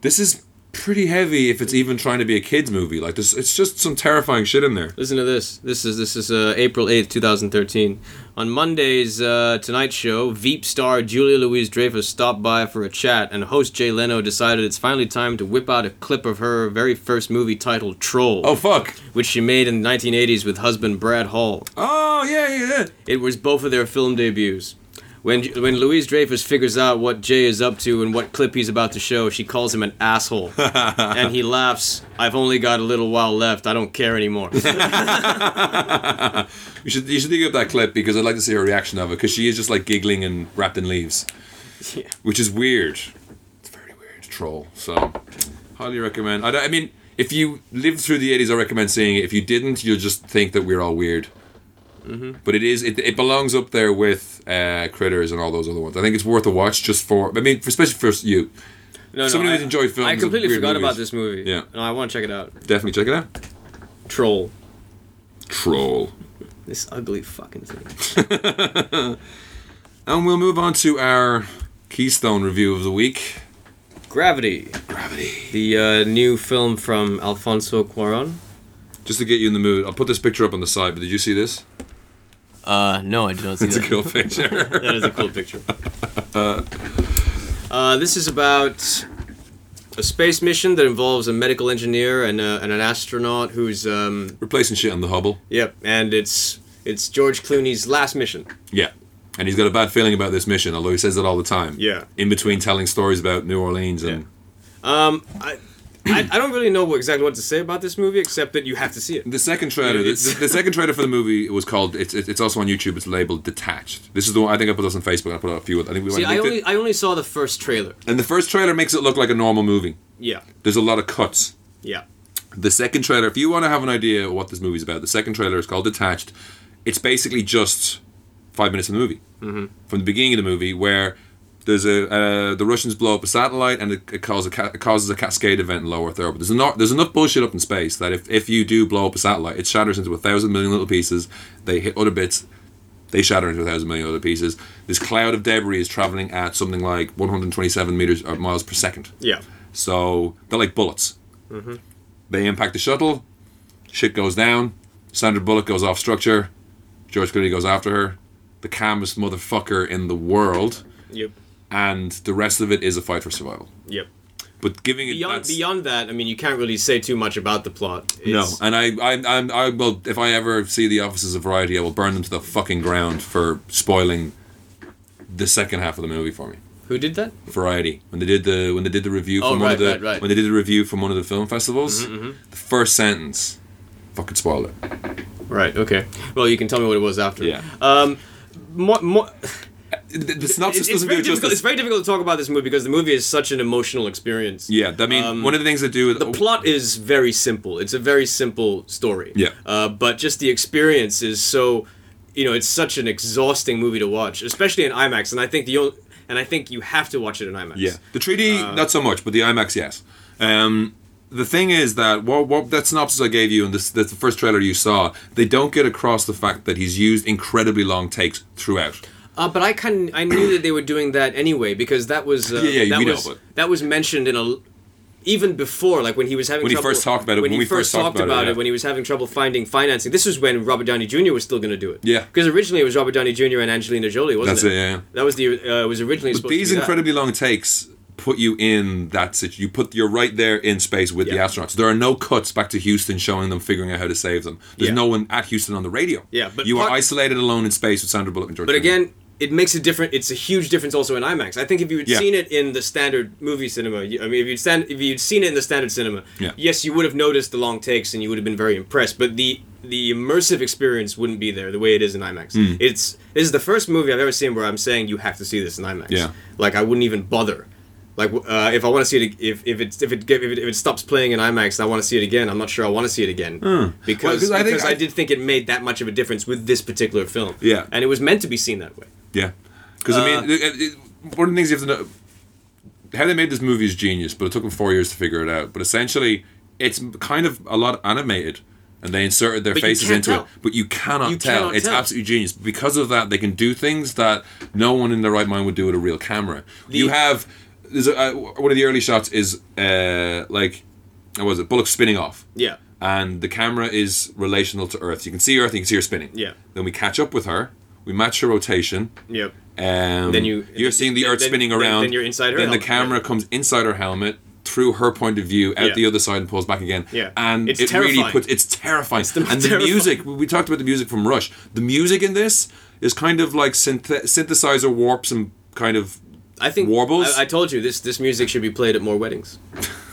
this is pretty heavy if it's even trying to be a kids movie. Like this, it's just some terrifying shit in there.
Listen to this. This is this is uh, April eighth, two thousand thirteen. On Monday's uh, Tonight Show, Veep star Julia Louise Dreyfus stopped by for a chat, and host Jay Leno decided it's finally time to whip out a clip of her very first movie titled Troll,
Oh fuck!
which she made in the nineteen eighties with husband Brad Hall.
Oh yeah, yeah, yeah.
It was both of their film debuts. When, when Louise Dreyfus figures out what Jay is up to and what clip he's about to show, she calls him an asshole. and he laughs, I've only got a little while left. I don't care anymore.
You should you should dig up that clip because I'd like to see her reaction of it because she is just like giggling and wrapped in leaves,
Yeah.
which is weird. It's very weird. Troll. So highly recommend. I, don't- I mean, if you lived through the eighties, I recommend seeing it. If you didn't, you'll just think that we're all weird.
Mm-hmm.
But it is it, it belongs up there with uh, critters and all those other ones. I think it's worth a watch just for I mean, for, especially for you.
No,
Somebody
I-
who's enjoyed films
I
of
completely
weird
forgot about
movies.
this movie.
Yeah.
No, I want to check it out.
Definitely check it out.
Troll.
Troll.
This ugly fucking thing.
And we'll move on to our Keystone review of the week.
Gravity.
Gravity.
The uh, new film from Alfonso Cuaron.
Just to get you in the mood, I'll put this picture up on the side. But did you see this?
Uh, no, I did not see
It's a cool picture.
that is a cool picture. Uh, this is about a space mission that involves a medical engineer and, a, and an astronaut who's um,
Replacing shit on the Hubble.
yep, and it's it's George Clooney's last mission.
Yeah, and he's got a bad feeling about this mission, although he says it all the time.
Yeah.
In between telling stories about New Orleans and
Um, I, I I don't really know what, exactly what to say about this movie except that you have to see it.
the second trailer, the,
It's-
the, the second trailer for the movie was called. It's it's it's also on YouTube. It's labeled Detached. This is the one I think I put this on Facebook. I put out a few. I think we
See,
went
I
and looked
only
at-
I only saw the first trailer.
And the first trailer makes it look like a normal movie.
Yeah,
There's a lot of cuts.
yeah.
The second trailer, if you want to have an idea of what this movie's about, the second trailer is called Detached. It's basically just five minutes of the movie from the beginning of the movie, where there's a uh, the Russians blow up a satellite and it, it, causes a ca- it causes a cascade event in low Earth orbit. There's enough there's enough bullshit up in space that if, if you do blow up a satellite, it shatters into a thousand million little pieces. They hit other bits, they shatter into a thousand million other pieces. This cloud of debris is traveling at something like 127 meters or miles per second.
Yeah.
So they're like bullets.
Mm-hmm.
They impact the shuttle. Shit goes down. Sandra Bullock goes off structure. George Clooney goes after her. The calmest motherfucker in the world.
Yep.
And the rest of it is a fight for survival.
Yep.
But giving it
Beyond
that's-
beyond that, I mean, you can't really say too much about the plot.
no,
It's-
and I, I, I'm, I will. If I ever see the offices of Variety, I will burn them to the fucking ground for spoiling the second half of the movie for me.
Who did that?
Variety when they did the when they did the review
Oh,
from one
right,
of the
right, right. Mm-hmm,
when they did the review from one of the film festivals, the first sentence, fucking spoil it.
Right. Okay. Well, you can tell me what it was after.
Yeah.
Um, mo- mo-
The, the
it's,
synopsis
it's
doesn't do
very difficult.
it justice.
It's very difficult to talk about this movie because the movie is such an emotional experience.
Yeah, I mean,
Um,
one of the things that do with
The plot is very simple. It's a very simple story.
Yeah.
Uh, but just the experience is so, you know, it's such an exhausting movie to watch, especially in IMAX. And I think the only, and I think you have to watch it in IMAX.
Yeah, the 3D not so much, but the IMAX yes. Um, the thing is that what, what that synopsis I gave you and this, that's the first trailer you saw, they don't get across the fact that he's used incredibly long takes throughout.
Uh, but I kind I knew that they were doing that anyway because that was uh,
Yeah, yeah,
that
we know,
was
but-
that was mentioned in a even before like when he was having
When he
trouble-
first talked about it,
when, he first, talked about, it,
yeah.
when he was having trouble finding financing. This was when Robert Downey Jr. was still going to do it.
Yeah.
because originally it was Robert Downey Jr. and Angelina Jolie, wasn't
That's
it?
it, yeah, yeah.
that was the uh, it was originally supposed
These
to be that.
incredibly long takes put you in that situation. You put you're right there in space with the
Yeah.
astronauts. There are no cuts back to Houston showing them figuring out how to save them. There's
Yeah.
no one at Houston on the radio.
Yeah, but
you are
part-
isolated alone in space with Sandra Bullock and George.
But again,
Clooney.
it makes a different. It's a huge difference also in IMAX. I think if you had
Yeah.
seen it in the standard movie cinema, you, I mean, if you'd stand, if you'd seen it in the standard cinema,
Yeah.
yes, you would have noticed the long takes and you would have been very impressed. But the the immersive experience wouldn't be there the way it is in IMAX.
Hmm.
It's this is the first movie I've ever seen where I'm saying you have to see this in IMAX.
Yeah.
Like I wouldn't even bother. Like uh, if I want to see it, if if it's if it if it, if it stops playing in IMAX and I want to see it again, I'm not sure I want to see it again because
'cause I think
because
I-
I did think it made that much of a difference with this particular film.
Yeah.
and it was meant to be seen that way.
Yeah, because I
Uh,
mean, it, it- it- one of the things you have to know how they made this movie is genius, but it took them four years to figure it out. But essentially, it's kind of a lot animated, and they inserted their
But you
faces
can't
into
tell.
it. But you cannot
You
tell.
cannot
it's
tell.
absolutely genius. Because of that, they can do things that no one in their right mind would do with a real camera. you have there's a, uh, one of the early shots is uh, like what was it? Bullock spinning off
Yeah.
and the camera is relational to Earth. You can see Earth, you can see her spinning.
Yeah.
Then we catch up with her. We match her rotation.
Yep.
Um,
Then you-
you're seeing the
then-
Earth
then-
spinning
then-
around.
then you're inside her
Then
helmet,
the camera comes inside her helmet through her point of view out
Yeah.
the other side and pulls back again.
Yeah.
And
It's
it
terrifying.
really puts it's terrifying.
the most
and the
terrifying.
music we talked about the music from Rush. The music in this is kind of like synth- synthesizer warps and kind of
I think
warbles.
I, I told you this. This music should be played at more weddings.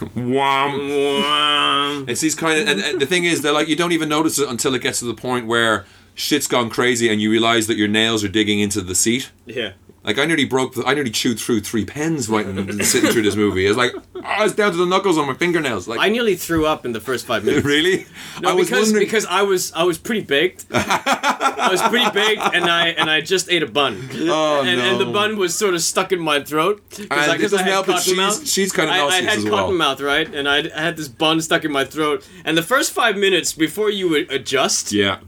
wham.
It's-
It's these kind of, and, and the thing is, they're like you don't even notice it until it gets to the point where shit's gone crazy and you realize that your nails are digging into the seat.
yeah.
Like I nearly broke, the, I nearly chewed through three pens right in, sitting through this movie. It's like I was down to the knuckles on my fingernails. Like
I nearly threw up in the first five minutes.
really,
No,
I was
because
wondering.
because I was I was pretty baked. I was pretty baked, and I and I just ate a bun.
oh
and,
no!
and the bun was sort of stuck in my throat because
And
I
it
guess I
doesn't
had
help that
cotton
she's-
mouth.
she's kinda
I- I
nauseous
had
as
cotton
well.
mouth, right? And I'd, I had this bun stuck in my throat. And the first five minutes before you would adjust,
yeah,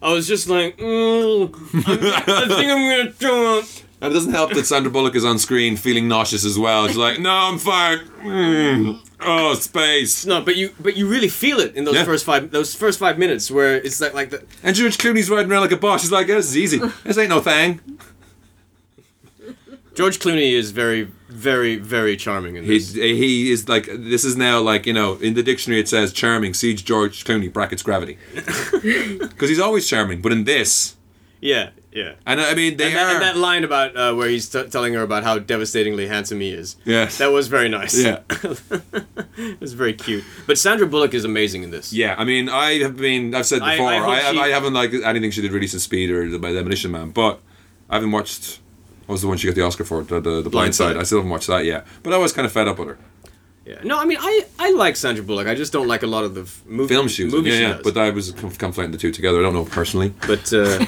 I was just like, mm, I'm- I think I'm gonna throw up.
and it doesn't help that Sandra Bullock is on screen feeling nauseous as well. She's like, "No, I'm fine." Mm. Oh, space.
No, but you but you really feel it in those
Yeah.
first five those first five minutes where it's like like the
And George Clooney's riding around like a boss. She's like, "This is easy. This ain't no thing."
George Clooney is very very very charming in
He,
this.
he is like this is now like you know in the dictionary it says charming sees George Clooney brackets gravity because he's always charming but in this
yeah, yeah.
and I mean they
And that,
are
and that line about uh, where he's t- telling her about how devastatingly handsome he is.
Yes.
That was very nice.
yeah
It was very cute. But Sandra Bullock is amazing in this.
yeah I mean I have been I've said
I- I
before I,
hope
I,
she-
haven't liked anything she did really since Speed or the Demolition Man but I haven't watched what was the one she got the Oscar for the the, the Blind
Blind
Side
Side.
I still haven't watched that yet but I was kind of fed up with her
Yeah. No, I mean, I, I like Sandra Bullock. I just don't like a lot of the f- movie,
film she was in.
movies
yeah,
she
yeah.
does.
but I was conf- conflating the two together I don't know personally
But, uh,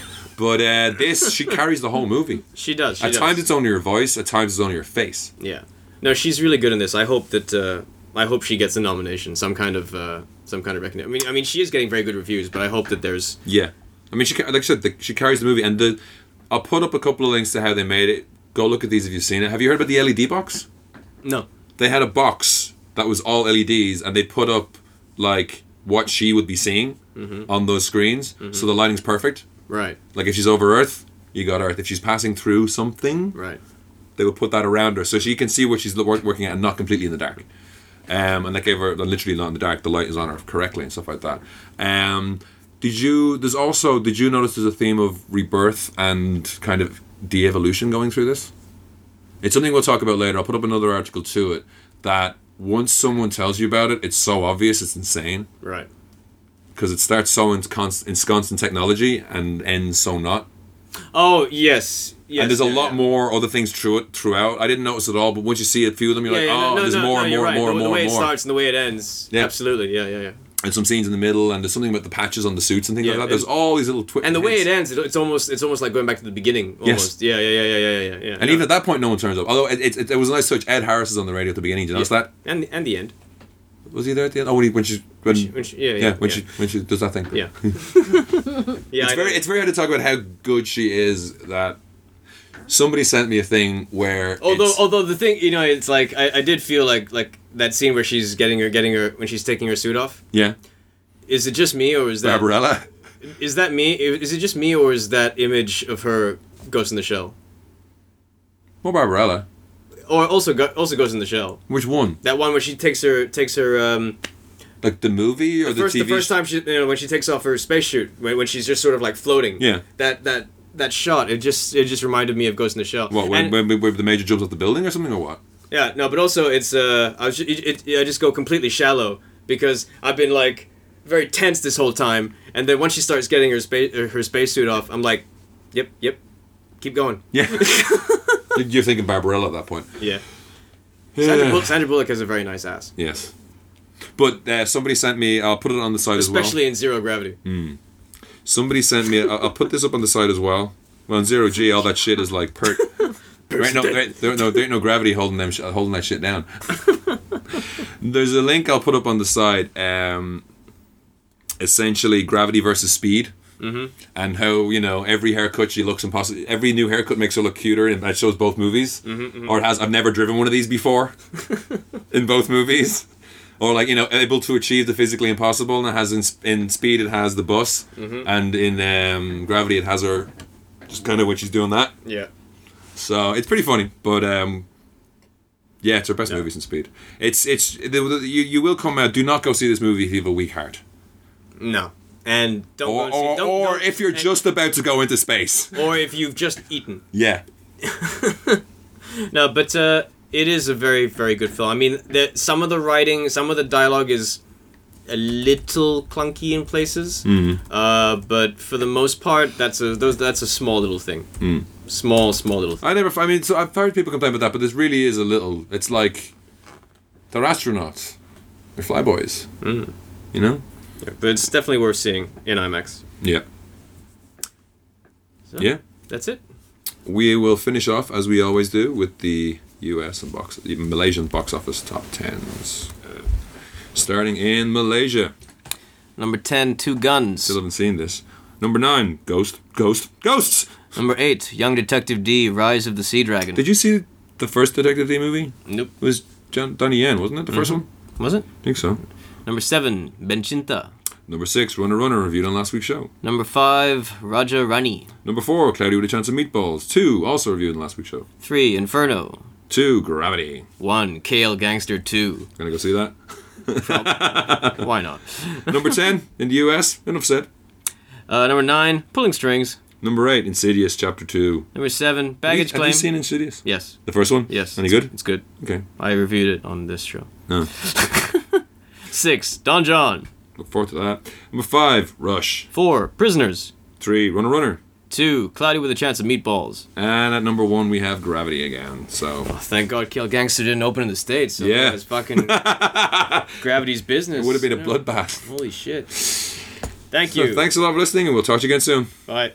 but uh, this she carries the whole movie
she does. She
at
does.
times it's only her voice at times it's only her face.
yeah. No, she's really good in this. I hope that uh, I hope she gets a nomination, some kind of uh, some kind of recognition. I mean, I mean, she is getting very good reviews, but I hope that there's
Yeah, I mean, she ca- like I said, the, she carries the movie, and the I'll put up a couple of links to how they made it. Go look at these if you've seen it. Have you heard about the LED box?
no.
They had a box that was all LEDs, and they put up like what she would be seeing on those screens, so the lighting's perfect.
Right.
Like if she's over Earth, you got Earth. If she's passing through something,
Right.
they would put that around her so she can see what she's lo- work- working at and not completely in the dark. Um, and that gave her literally not in the dark. The light is on her correctly and stuff like that. Um, did you? There's also. Did you notice there's a theme of rebirth and kind of de-evolution going through this? It's something we'll talk about later. I'll put up another article to it. That once someone tells you about it, it's so obvious, it's insane
Right.
because it starts so ensconced, ensconced in technology and ends so not.
Oh yes. Yes.
and there's a
yeah,
lot
yeah.
more other things through it throughout. I didn't notice at all, but once you see a few of them, you're
Yeah,
like,
yeah,
oh,
no,
there's
no,
more
no,
and
you're
more
right.
and more
the,
and
the
more
way
and
it
more.
starts and the way it ends.
Yeah.
Absolutely. Yeah. Yeah. Yeah.
And some scenes in the middle, and there's something about the patches on the suits and things
Yeah,
like that. There's
and-
all these little twists.
And the way it ends, it, it's almost it's almost like going back to the beginning.
Yes.
Almost. Yeah. Yeah. Yeah. Yeah. Yeah. Yeah. yeah
And even at that point, no one turns up. Although it, it, it, it was a nice touch. Ed Harris is on the radio at the beginning. Did you notice that?
and and the end.
Was he there at the end? Oh, when, he, when she when,
When she- yeah, yeah,
when
yeah.
she when she does that thing.
Yeah. yeah.
it's
I know.
very it's very hard to talk about how good she is. That somebody sent me a thing where
although
it's-
although the thing you know it's like I, I did feel like like that scene where she's getting her getting her when she's taking her suit off.
yeah,
Is it just me or is that is
Barbarella.
that me? Is it just me or is that image of her Ghost in the Shell
More Barbarella.
or also go, also Ghost in the Shell?
Which one?
That one where she takes her takes her um
Like the movie or the,
first
TV?
the first time she you know when she takes off her spacesuit when, when she's just sort of like floating.
Yeah.
That that that shot it just it just reminded me of Ghost in the Shell.
What when,
And-
when, when the major jumps off the building or something or what?
Yeah, no, but also it's uh, I was ju- it, it, I just go completely shallow because I've been like very tense this whole time, and then once she starts getting her space her spacesuit off, I'm like, yep, yep, keep going.
Yeah, you're thinking Barbarella at that point.
Yeah. Sandra, Bull- Sandra Bullock has a very nice ass,
Yes. But uh, somebody sent me. I'll put it on the side as well. Mm.
especially in Zero Gravity.
Somebody sent me. I'll, I'll put this up on the side as well. Well, in zero G, all that shit is like per. there, ain't no, there, ain't- there ain't no, there ain't no gravity holding them, sh- holding that shit down. There's a link I'll put up on the side. Um, essentially, gravity versus speed. Mm-hmm. And how you know every haircut she looks impossible. Every new haircut makes her look cuter, and that shows both movies. Or it has. I've never driven one of these before. in both movies or like you know able to achieve the physically impossible and it has in, sp- in speed it has the bus
Mm-hmm.
and in um, gravity it has her just kind of when she's doing that
Yeah.
so it's pretty funny but um yeah it's her best movie since speed it's it's the, the, you, you will come out do not go see this movie if you have a weak heart
No. And don't go
or
and see-
or,
don't-
or
don't-
if you're
and-
just about to go into space
or if you've just eaten.
yeah
No, but uh, it is a very, very good film. I mean, the, some of the writing, some of the dialogue is a little clunky in places,
Mm-hmm.
uh, but for the most part, that's a those that's a small little thing,
Mm.
small, small little thing.
I never I mean so I've heard people complain about that but this really is a little it's like they're astronauts they're flyboys
Mm.
you know
But it's definitely worth seeing in IMAX.
Yeah.
So,
Yeah.
that's it.
We will finish off as we always do with the US and box the Malaysian box office top 10s. Starting in Malaysia.
Number ten, Two Guns.
Still haven't seen this. Number 9, Ghost, Ghost, Ghosts.
Number eight, Young Detective D: Rise of the Sea Dragon.
Did you see the first Detective D movie?
nope,
It was John, Donnie Yen, wasn't it? The
Mm-hmm.
first one?
was it?
I think so.
Number seven, Bencinta.
Number 6, Runner Runner reviewed on last week's show.
Number five, Raja Rani.
Number 4, Cloudy with a Chance of Meatballs. 2, also reviewed on last week's show.
Three, Inferno.
2, Gravity.
One, Kale Gangster Two.
Gonna go see that.
Why not?
Number 10, in the US, enough said.
Uh, number nine, pulling strings.
Number eight, Insidious Chapter Two.
Number seven, baggage
have you,
claim.
Have you seen Insidious?
yes,
The first one.
yes.
Any
it's-
good?
It's good.
Okay.
I reviewed it on this show.
No.
Six, Don John.
Look forward to that. Number five, Rush.
Four, prisoners.
Three, Runner Runner.
Two, cloudy with a chance of meatballs.
And at number one, we have Gravity again. So
Oh, thank God, Kale Gangster didn't open in the states. So
Yeah.
it's fucking gravity's business.
it would have been a
Yeah.
bloodbath.
Holy shit! Thank
So
you.
thanks a lot for listening, and we'll talk to you again soon.
Bye.